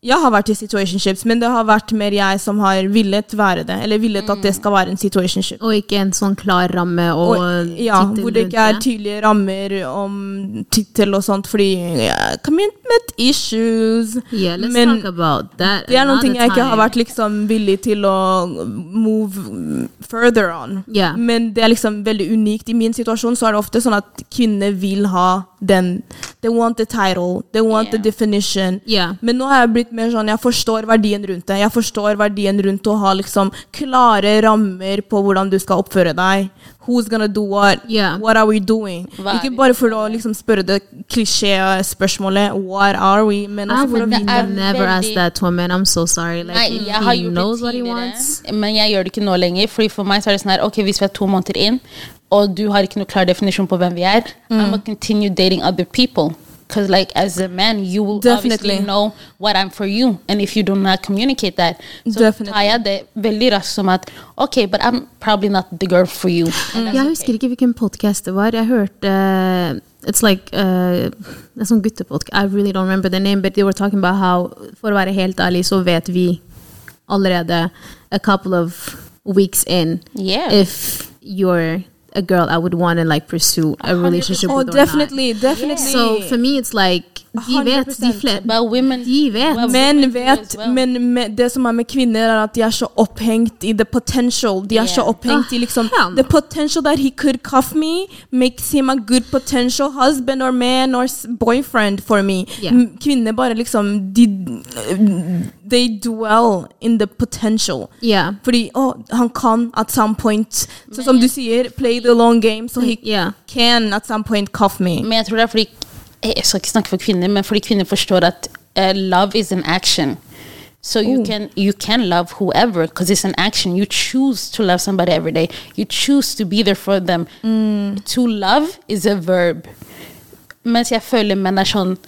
Speaker 2: Jeg har vært i situationships, men det har vært mer jeg som har villet være det. Eller villet at det
Speaker 3: Mm.
Speaker 2: skal være en situationship.
Speaker 1: og ikke en sånn klar ramme og,
Speaker 2: Og, ja,
Speaker 1: tittel
Speaker 2: hvor det
Speaker 1: rundt
Speaker 2: ikke er tydelige rammer om tittel og sånt, fordi ja, commitment issues.
Speaker 1: Yeah, let's
Speaker 2: Men
Speaker 1: talk about that.
Speaker 2: det er noen ting
Speaker 1: another
Speaker 2: jeg ikke har
Speaker 1: time.
Speaker 2: vært liksom villig til å move further on.
Speaker 1: Ja.
Speaker 2: Men det er liksom veldig unikt. I min situasjon så er det ofte sånn at kvinner vil ha den. They want the title, they want the
Speaker 3: Ja.
Speaker 2: definition.
Speaker 1: Ja.
Speaker 2: Men nå har jeg blitt mer sånn, jeg forstår verdien rundt det. Jeg forstår verdien rundt å ha liksom klare rammer på hvordan du skal oppføre deg. Who's gonna do what?
Speaker 1: Ja.
Speaker 2: What are we doing?
Speaker 3: Hva er
Speaker 2: Ikke
Speaker 3: vi?
Speaker 2: bare for å liksom spørre det klisjé-spørsmålet, what are we? Men
Speaker 1: I
Speaker 2: også for å
Speaker 1: would
Speaker 3: det er
Speaker 1: never ask
Speaker 3: veldig-
Speaker 1: that woman. I'm so sorry. Like,
Speaker 3: Nei, jeg har
Speaker 1: he
Speaker 3: gjort
Speaker 1: knows
Speaker 3: det
Speaker 1: what he wants.
Speaker 3: tidligere, men jeg gjør det ikke nå lenger. Fordi for meg så er det sånn her, ok, hvis vi er to
Speaker 1: Mm.
Speaker 3: måneder inn, og du har ikke noe klar definisjon på hvem vi er, I will continue dating other people. because like as a man you will
Speaker 2: Definitely.
Speaker 3: obviously know what I'm for you, and if you do not communicate that, so
Speaker 2: Definitely.
Speaker 3: Taya det veldig raskt som at okay, but I'm probably not the girl for you. And
Speaker 1: Jeg husker ikke hvilken podcast det var. Jeg hørte eh, It's like eh, En sånn guttepodcast. I really don't remember the name, but they were talking about how For å være helt ærlig, så vet vi allerede a couple of weeks in
Speaker 3: Yeah.
Speaker 1: if you're a girl I would want to like pursue a relationship
Speaker 2: Oh,
Speaker 1: with or not.
Speaker 2: definitely, definitely.
Speaker 1: So for me it's like De vet, de
Speaker 2: 100%.
Speaker 1: fle-
Speaker 3: But women-
Speaker 1: De vet.
Speaker 3: Well,
Speaker 2: Men
Speaker 3: women do
Speaker 2: vet,
Speaker 3: as well.
Speaker 2: men med, det som er med kvinner, er at de er så opphengt i the potential. De er så
Speaker 3: Yeah.
Speaker 2: opphengt i
Speaker 1: Ah,
Speaker 2: liksom
Speaker 1: faen.
Speaker 2: The potential that he could cuff me makes him a good potential husband or man or s- boyfriend for me.
Speaker 1: Yeah.
Speaker 2: M- Kvinner bare liksom de, They dwell in the potential.
Speaker 1: Yeah.
Speaker 2: Fordi å, han kan at some point Så som du sier, play the long game, so he
Speaker 1: Yeah.
Speaker 2: can at some point cuff me.
Speaker 3: Men jeg tror det er fordi eh, Jeg skal ikke snakke for kvinner, men fordi kvinner forstår at eh, love is an action. So you can you can love whoever because it's an action. You choose to love somebody every day. You choose to be there for them. To love is a verb. Mens jeg føler menn er sånn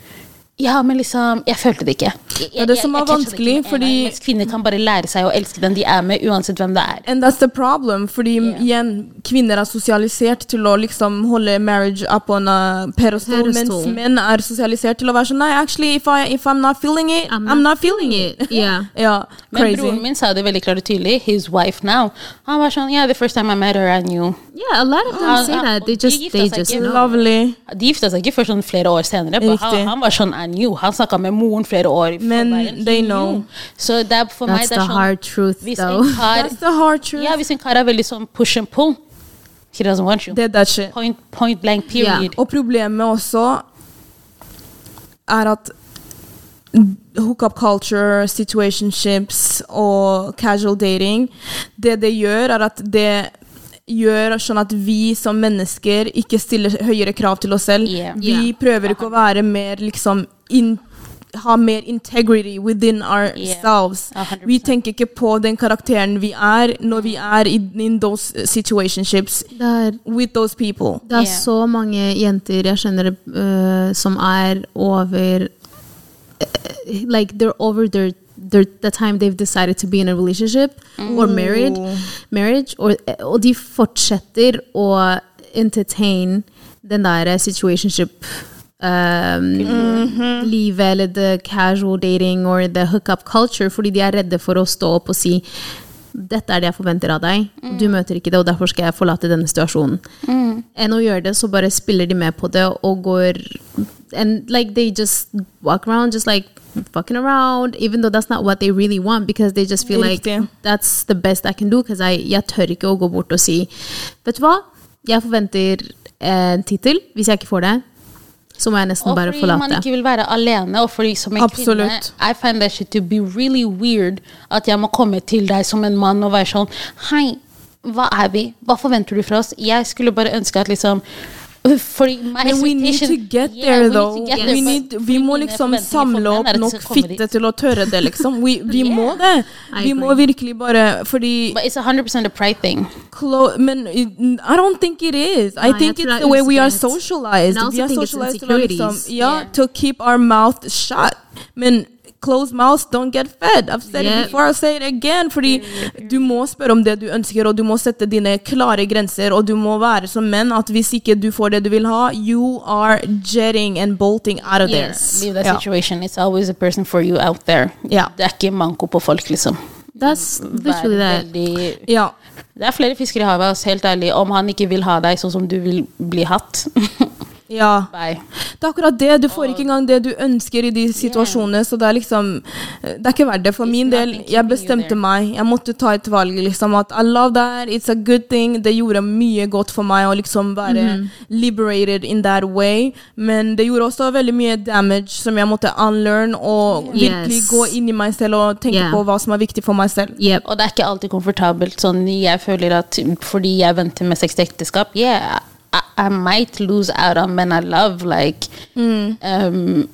Speaker 3: Ja, men liksom Jeg følte det ikke. Jeg,
Speaker 2: er det som er
Speaker 3: catchet ikke
Speaker 2: vanskelig,
Speaker 3: med en gang,
Speaker 2: fordi-
Speaker 3: Mens kvinner kan bare lære seg å elske den de er med, uansett hvem det er.
Speaker 2: And that's the problem, fordi igjen, kvinner er sosialisert til å liksom holde marriage up on a pedestal, mens
Speaker 1: Pedestal.
Speaker 2: menn er sosialisert til å være sånn Nei, actually, if, I, if I'm not feeling it, I'm, not, feeling it.
Speaker 1: Yeah.
Speaker 2: ja,
Speaker 3: Men
Speaker 2: crazy.
Speaker 3: broren min sa det veldig klart og tydelig. His wife now. Han var sånn Yeah, the first time I met her, I knew.
Speaker 1: Yeah, a lot of them
Speaker 3: Ah,
Speaker 1: say
Speaker 3: ah,
Speaker 1: that. They
Speaker 3: og de
Speaker 1: just
Speaker 3: gifter
Speaker 1: they
Speaker 3: seg
Speaker 1: just
Speaker 3: ikke.
Speaker 1: know.
Speaker 2: Lovely.
Speaker 3: De gifta seg ikke før sånn flere år senere. but
Speaker 2: Riktig.
Speaker 3: Han, han var sånn I knew. Han snakka med moren flere år. for
Speaker 2: Men
Speaker 3: veien. He
Speaker 2: they
Speaker 3: knew.
Speaker 2: know.
Speaker 3: Så det er for meg
Speaker 1: That's
Speaker 3: det er
Speaker 1: the
Speaker 3: sånn
Speaker 1: hard truth
Speaker 3: Hvis
Speaker 1: though.
Speaker 3: en kar
Speaker 2: That's the hard truth.
Speaker 3: Ja, hvis en kar er veldig sånn push and pull, he doesn't want you.
Speaker 2: Det er that shit.
Speaker 3: Point, point blank period.
Speaker 2: Og problemet også er at hookup culture, situationships og casual dating Det det gjør, er at det gjør sånn at vi som mennesker ikke stiller høyere krav til oss selv.
Speaker 3: Yeah.
Speaker 2: Vi
Speaker 1: Yeah.
Speaker 2: prøver ikke å være mer liksom in, ha mer integrity within ourselves.
Speaker 3: A hundred
Speaker 2: Vi tenker ikke på den karakteren vi er når vi er in, in those situationships
Speaker 1: Det er,
Speaker 2: with those people.
Speaker 1: det er
Speaker 3: Ja.
Speaker 1: så mange jenter jeg kjenner eh, som er over eh, Like they're over their, their, the time they've decided to be in a relationship or
Speaker 3: Mm.
Speaker 1: married, marriage. Og, og de fortsetter å entertain den der situationship um,
Speaker 3: Mm.
Speaker 1: livet eller the casual dating or the hookup culture, fordi de er redde for å stå opp og si dette er det jeg forventer av deg,
Speaker 3: Mm.
Speaker 1: du møter ikke det, og derfor skal jeg forlate denne situasjonen. Enn å gjøre det, så bare spiller de med på det og går And like they just walk around just like fucking around, even though that's not what they really want, because they just feel like
Speaker 2: Riktig.
Speaker 1: that's the best I can do, because I, jeg tør ikke å gå bort og si Vet du hva, jeg forventer en tittel. Hvis jeg ikke får det, så må jeg nesten
Speaker 3: Og
Speaker 1: bare
Speaker 3: fordi man
Speaker 1: forlate.
Speaker 3: ikke vil være alene, og fordi som en
Speaker 2: Absolutt.
Speaker 3: kvinne I find that shit to be really weird at jeg må komme til deg som en mann og være sånn Hei, hva er vi? Hva forventer du fra oss? Jeg skulle bare ønske at liksom fordi my
Speaker 2: Men we need to
Speaker 3: expectation-
Speaker 2: get
Speaker 3: Yeah,
Speaker 2: there,
Speaker 3: we need to
Speaker 2: though.
Speaker 3: get there,
Speaker 2: we
Speaker 3: but
Speaker 2: need, vi må
Speaker 3: mine
Speaker 2: liksom
Speaker 3: forventninger for
Speaker 2: samle
Speaker 3: menn
Speaker 2: opp
Speaker 3: er at de
Speaker 2: nok
Speaker 3: skal komme dit.
Speaker 2: fitte til å tørre det, liksom. Vi, vi
Speaker 3: Yeah.
Speaker 2: må det.
Speaker 1: I
Speaker 2: Vi må
Speaker 1: agree.
Speaker 2: virkelig bare Fordi
Speaker 3: But it's 100% a pride thing.
Speaker 2: clo Men I don't think it is. I
Speaker 1: Nei, jeg
Speaker 2: think
Speaker 1: tror
Speaker 2: it's
Speaker 1: det er
Speaker 2: the way we are
Speaker 1: usikkerhet.
Speaker 2: socialized.
Speaker 1: And I also
Speaker 2: Vi er
Speaker 1: think it's
Speaker 2: socialized til å liksom
Speaker 1: insecurities.
Speaker 2: Ja,
Speaker 3: Yeah.
Speaker 2: to keep our mouth shut. Men closed mouths don't get fed. I've said
Speaker 1: Yeah.
Speaker 2: it before, I'll say it again. Fordi du må spørre om det du ønsker, og du må sette dine klare grenser. Og du må være som menn at hvis ikke du får det du vil ha, you are jetting and bolting out of
Speaker 3: Yes.
Speaker 2: there.
Speaker 3: Leave that
Speaker 2: Ja.
Speaker 3: situation. It's always a person for you out there.
Speaker 2: Ja.
Speaker 3: Det er ikke manko på folk, liksom.
Speaker 1: That's literally
Speaker 3: Vær
Speaker 1: that.
Speaker 3: veldig
Speaker 2: Ja.
Speaker 3: Det er flere fisker i havet, ass, helt ærlig. Om han ikke vil ha deg sånn som du vil bli hatt.
Speaker 2: ja.
Speaker 3: Bye.
Speaker 2: Det er akkurat det. Du får ikke engang det du ønsker i de situasjonene, så det er liksom Det er ikke verdt det. For min del,
Speaker 3: nothing
Speaker 2: jeg
Speaker 3: keeping you
Speaker 2: bestemte
Speaker 3: there.
Speaker 2: meg. Jeg måtte ta et valg, liksom. At I love that, it's a good thing. Det gjorde mye godt for meg å liksom være
Speaker 3: Mhm.
Speaker 2: liberated in that way. Men det gjorde også veldig mye damage som jeg måtte unlearn, og
Speaker 1: Yeah.
Speaker 2: virkelig
Speaker 1: Yes.
Speaker 2: gå inn i meg selv og tenke
Speaker 1: Yeah.
Speaker 2: på hva som er viktig for meg selv.
Speaker 1: Yep.
Speaker 3: Og det er ikke alltid komfortabelt. Sånn, jeg føler at fordi jeg venter med sex til ekteskap Yeah,
Speaker 2: Mm.
Speaker 3: I, I might lose out on men I love. Like um,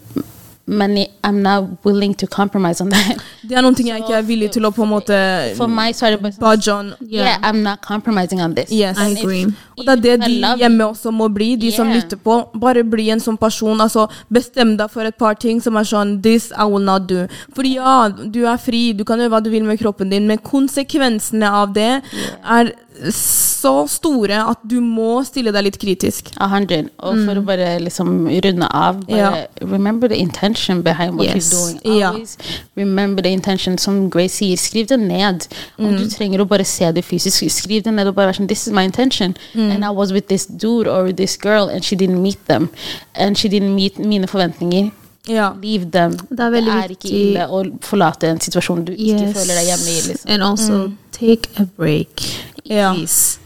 Speaker 3: men I'm not willing to compromise on that.
Speaker 2: Det er noen ting jeg ikke er villig til å på en måte
Speaker 3: For
Speaker 2: Mm.
Speaker 3: my side of business,
Speaker 2: budge on.
Speaker 3: sånn, yeah. I'm not compromising on this.
Speaker 2: Yes.
Speaker 1: I agree.
Speaker 2: Og det er det
Speaker 3: Even if I
Speaker 2: de
Speaker 3: love
Speaker 2: hjemme også må bli, de som
Speaker 3: Yeah.
Speaker 2: lytter på. Bare bli en sånn person. altså Bestem deg for et par ting som er sånn This I will not do. For ja, du er fri, du kan gjøre hva du vil med kroppen din, men konsekvensene av det er så store at du må stille deg litt kritisk.
Speaker 3: A hundred. Og
Speaker 1: Mm.
Speaker 3: for å bare liksom runde av bare
Speaker 2: Ja.
Speaker 3: Remember the intention behind what
Speaker 1: Yes.
Speaker 3: you're doing.
Speaker 2: Ja.
Speaker 3: Always remember the intention. Som Grace sier, skriv det ned. Om
Speaker 1: Mm.
Speaker 3: du trenger å bare se det fysisk, skriv det ned og bare være sånn This is my intention.
Speaker 1: Mm.
Speaker 3: And I was with this dude or this girl, and she didn't meet them. And she didn't meet mine forventninger.
Speaker 2: Ja.
Speaker 3: Leave them.
Speaker 1: Det er veldig
Speaker 3: ikke
Speaker 1: viktig.
Speaker 3: ille å forlate en situasjon du ikke føler deg hjemme i. Liksom.
Speaker 1: And also
Speaker 2: Mm.
Speaker 1: take a break.
Speaker 2: Ja.
Speaker 1: Please.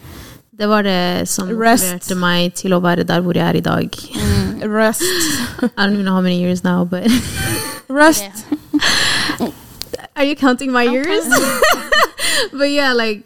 Speaker 1: Det var det som
Speaker 2: Rest.
Speaker 1: motiverte meg til å være der hvor jeg er i dag.
Speaker 2: Rest.
Speaker 1: I don't even know how many years now, but
Speaker 2: Rest.
Speaker 1: Are you counting my years? but yeah, like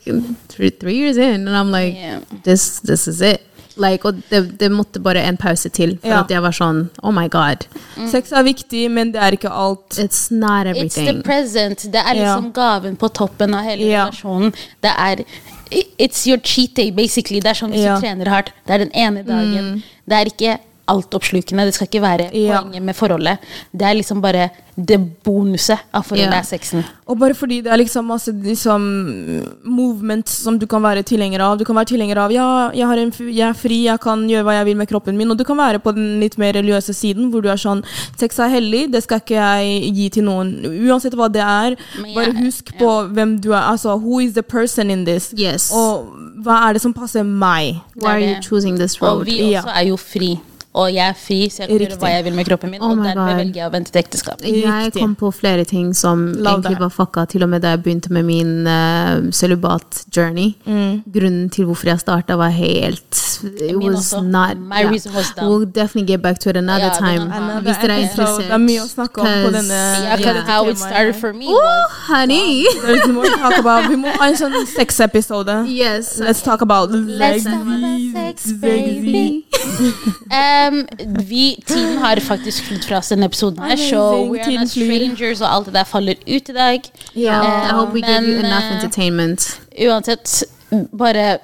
Speaker 1: three, three years in, and I'm like,
Speaker 3: Yeah.
Speaker 1: this, this is it. Like, og det, det måtte bare en pause til, for
Speaker 2: Ja.
Speaker 1: at jeg var sånn Oh my God.
Speaker 3: Mm.
Speaker 2: Sex er viktig, men det er ikke alt.
Speaker 1: It's not
Speaker 3: It's the
Speaker 1: everything.
Speaker 3: present. Det er
Speaker 2: Ja.
Speaker 3: liksom gaven på toppen av hele
Speaker 2: Ja.
Speaker 3: relasjonen. Det er i- It's your cheat day, basically. Det er sånn hvis
Speaker 2: Ja.
Speaker 3: du trener hardt. Det er den ene dagen. Det er ikke altoppslukende. Det skal ikke være
Speaker 2: Ja.
Speaker 3: poenget med forholdet. Det er liksom bare det bonuset av forholdet
Speaker 1: Ja.
Speaker 3: er sexen.
Speaker 2: Og bare fordi det er liksom masse liksom, movement som du kan være tilhenger av. Du kan være tilhenger av ja, jeg, har en, f- jeg er fri, jeg kan gjøre hva jeg vil med kroppen min. Og du kan være på den litt mer religiøse siden, hvor du er sånn Sex er hellig, det skal ikke jeg gi til noen. Uansett hva det er,
Speaker 3: Men jeg-
Speaker 2: bare husk på hvem du er. Altså, who is the person in this?
Speaker 1: Yes.
Speaker 2: Og hva er det som passer meg?
Speaker 1: Why are
Speaker 3: Det er
Speaker 1: you
Speaker 3: det.
Speaker 1: choosing this
Speaker 3: Og
Speaker 1: road?
Speaker 3: vi
Speaker 2: Ja.
Speaker 3: også er jo fri. Og jeg er fri, så jeg kan
Speaker 2: Riktig.
Speaker 3: gjøre hva jeg vil med kroppen min.
Speaker 1: Oh
Speaker 3: og
Speaker 1: my
Speaker 3: dermed
Speaker 1: God.
Speaker 3: velger jeg å vente til ekteskap.
Speaker 1: Jeg
Speaker 2: Riktig.
Speaker 1: kom på flere ting som
Speaker 2: Love
Speaker 1: egentlig
Speaker 2: that.
Speaker 1: var fucka, til og med da jeg begynte med min uh, celibat-journey.
Speaker 2: Mm.
Speaker 1: Grunnen til hvorfor jeg starta, var helt It
Speaker 3: Min
Speaker 1: was
Speaker 3: også.
Speaker 1: not
Speaker 3: My reason was dumb.
Speaker 1: We'll definitely get back to it another
Speaker 3: Ja, vi
Speaker 1: time.
Speaker 3: kan ha
Speaker 2: Another
Speaker 1: Hvis dere er
Speaker 2: episode.
Speaker 1: interessert.
Speaker 2: Det er mye å snakke om på
Speaker 1: 'cause-
Speaker 2: denne-
Speaker 3: Yeah, 'cause
Speaker 1: yeah.
Speaker 3: how it started for me
Speaker 1: Oh,
Speaker 3: was
Speaker 1: honey!
Speaker 2: There's more to talk about. Vi må ha en sånn sex-episode.
Speaker 1: Yes.
Speaker 2: Let's talk about
Speaker 3: Let's talk about sex, baby. Um, vi, tiden har faktisk flydd fra oss denne episoden her,
Speaker 2: Amazing,
Speaker 3: så We're
Speaker 2: tiden
Speaker 3: Not
Speaker 2: flyr.
Speaker 3: Strangers og alt det der faller ut i dag.
Speaker 1: Yeah, I hope we gave you
Speaker 3: Men,
Speaker 1: enough
Speaker 3: eh,
Speaker 1: entertainment.
Speaker 3: Uansett, bare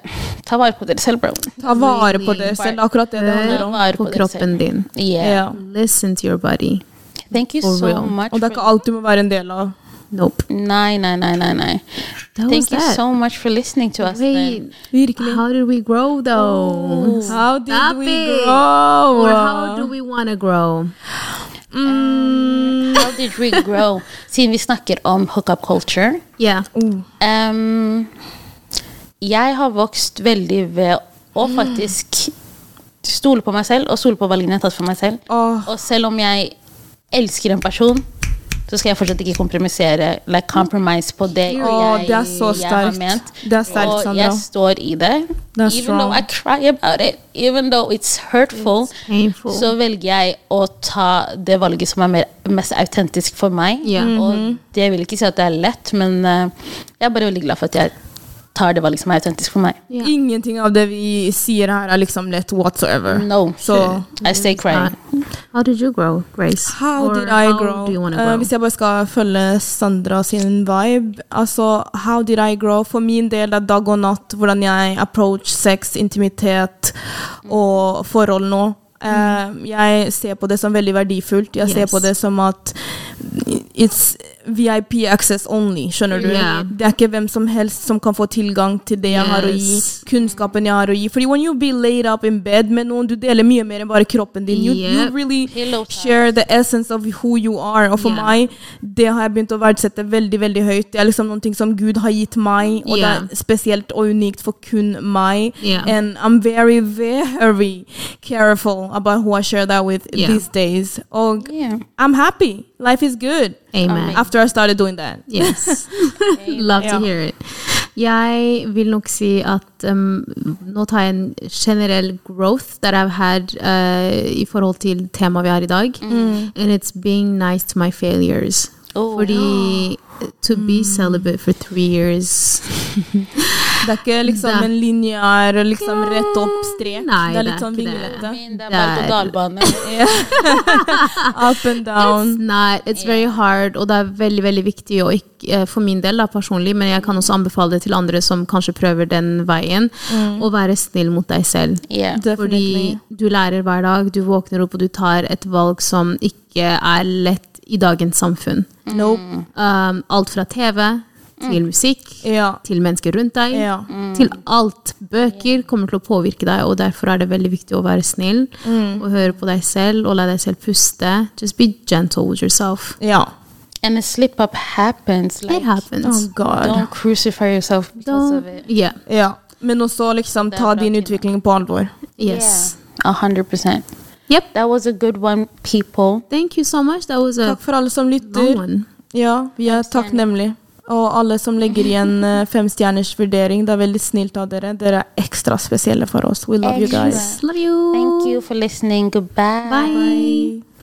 Speaker 3: ta vare på dere selv, bro.
Speaker 2: Ta vare på dere selv. Det er akkurat det det handler om.
Speaker 1: Hør
Speaker 3: vare
Speaker 1: eh, på
Speaker 3: på dere selv.
Speaker 1: kroppen din.
Speaker 3: Yeah.
Speaker 2: Ja.
Speaker 1: Listen to your body.
Speaker 3: Thank you
Speaker 1: For
Speaker 3: so
Speaker 1: real.
Speaker 3: much.
Speaker 2: Og det er ikke
Speaker 3: for-
Speaker 2: alt du må være en del av.
Speaker 1: Nope.
Speaker 3: Nei, nei, nei, nei, nei.
Speaker 1: That was
Speaker 3: Thank you
Speaker 1: that.
Speaker 3: so much for listening to us.
Speaker 1: Wait,
Speaker 3: then.
Speaker 2: Virkelig.
Speaker 1: how did we grow though?
Speaker 2: How did
Speaker 1: Stop
Speaker 2: we
Speaker 1: it.
Speaker 2: grow? Mm.
Speaker 1: Or how do we want to grow?
Speaker 3: How did we grow? Siden vi snakker om hookup culture.
Speaker 1: Yeah.
Speaker 3: Ehm, jeg har vokst veldig ved å
Speaker 2: Mm.
Speaker 3: faktisk stole på meg selv og stole på valgene jeg har tatt for meg selv.
Speaker 2: Åh.
Speaker 3: Og selv om jeg elsker en person, så skal jeg fortsatt ikke kompromissere like compromise på det
Speaker 2: Åh,
Speaker 3: jeg,
Speaker 2: det er så
Speaker 3: jeg har
Speaker 2: sterkt.
Speaker 3: ment.
Speaker 2: Det er sterkt,
Speaker 3: og
Speaker 2: Sandra.
Speaker 3: jeg står i det.
Speaker 2: Det er
Speaker 3: Even though I cry about it, even though it's hurtful,
Speaker 1: Painful.
Speaker 3: så velger jeg å ta det valget som er mer, mest autentisk for meg.
Speaker 1: Ja. Mm-hmm.
Speaker 3: Og det vil ikke si at det er lett, men eh, jeg er bare veldig glad for at jeg tar det valget som er autentisk for meg.
Speaker 1: Ja.
Speaker 2: Ingenting av det vi sier her, er liksom lett whatsoever.
Speaker 3: No.
Speaker 2: Så
Speaker 3: I stay crying.
Speaker 1: how did you grow, Grace?
Speaker 2: How
Speaker 1: Or
Speaker 2: did I
Speaker 1: how
Speaker 2: grow?
Speaker 1: do you want to
Speaker 2: Eh,
Speaker 1: grow?
Speaker 2: hvis jeg bare skal følge Sandra sin vibe Altså, how did I grow? For min del er dag og natt hvordan jeg approach sex, intimitet
Speaker 1: Mm.
Speaker 2: og forhold nå. Eh, jeg ser på det som veldig verdifullt. Jeg ser
Speaker 1: Yes.
Speaker 2: på det som at it's VIP access only, skjønner du?
Speaker 1: Ja.
Speaker 2: Det er ikke hvem som helst som kan få tilgang til det jeg har å gi,
Speaker 1: Yes.
Speaker 2: kunnskapen jeg har å gi. Fordi when you be laid up in bed med noen, du deler mye mer enn bare kroppen din. You, you
Speaker 1: Yep.
Speaker 2: really
Speaker 3: Pillow talk.
Speaker 2: share the essence of who you are. Og for
Speaker 1: Yeah.
Speaker 2: meg, det har jeg begynt å verdsette veldig veldig høyt. Det er liksom noen ting som Gud har gitt meg, og
Speaker 1: Yeah.
Speaker 2: det er spesielt og unikt for kun meg.
Speaker 1: Yeah.
Speaker 2: And I'm very, very careful about who I share that with
Speaker 1: Yeah.
Speaker 2: these days. Og
Speaker 3: Yeah.
Speaker 2: I'm happy. Life is good.
Speaker 1: Amen.
Speaker 2: After I started doing that.
Speaker 1: Yes. Love to
Speaker 2: Ja.
Speaker 1: hear it. Jeg vil nok si at um, nå tar jeg en generell growth that I've had uh, i forhold til temaet vi har i dag. And it's being nice to my failures.
Speaker 3: Oh.
Speaker 1: Fordi to be celibate for three years
Speaker 2: Det er ikke liksom
Speaker 1: Det-
Speaker 2: en linjær og liksom rett opp strek.
Speaker 1: Nei,
Speaker 2: det er
Speaker 1: det
Speaker 2: litt
Speaker 1: er
Speaker 2: sånn
Speaker 1: ikke det.
Speaker 2: vinglete.
Speaker 3: Men det er
Speaker 1: Det
Speaker 3: berg-
Speaker 1: er-
Speaker 3: og dalbane.
Speaker 2: Up and down.
Speaker 1: It's not, it's very hard, og det er veldig veldig viktig å ikke, eh, for min del da, personlig, men jeg kan også anbefale det til andre som kanskje prøver den veien, å være snill mot deg selv.
Speaker 3: Yeah.
Speaker 2: Definitely.
Speaker 1: Fordi du lærer hver dag, du våkner opp og du tar et valg som ikke er lett i dagens samfunn.
Speaker 2: Nope.
Speaker 1: Um, alt fra TV til musikk,
Speaker 2: Ja.
Speaker 1: til mennesker rundt deg,
Speaker 2: Ja.
Speaker 1: til alt. Bøker kommer til å påvirke deg, og derfor er det veldig viktig å være snill og høre på deg selv og la deg selv puste. Just be gentle with yourself.
Speaker 2: ja.
Speaker 3: And a slip up happens. Like,
Speaker 1: It happens.
Speaker 2: Oh god.
Speaker 3: Don't crucify yourself because of it.
Speaker 1: Yeah.
Speaker 2: Ja. Men også liksom
Speaker 3: Det er
Speaker 2: ta
Speaker 3: bra
Speaker 2: din
Speaker 3: til
Speaker 2: utvikling på alvor.
Speaker 1: Yes.
Speaker 3: A hundred percent.
Speaker 1: Yep.
Speaker 3: That was a good one, people.
Speaker 1: Thank you so much. That was a
Speaker 2: Takk for alle som
Speaker 1: long
Speaker 2: lytter.
Speaker 1: one.
Speaker 2: Ja, vi er takknemlige. Og alle som legger igjen eh, femstjerners vurdering. Det er veldig snilt av dere. Dere er ekstra spesielle for oss. We love you guys.
Speaker 1: Love you.
Speaker 3: Thank you for listening. Goodbye.
Speaker 1: Bye.
Speaker 2: Bye.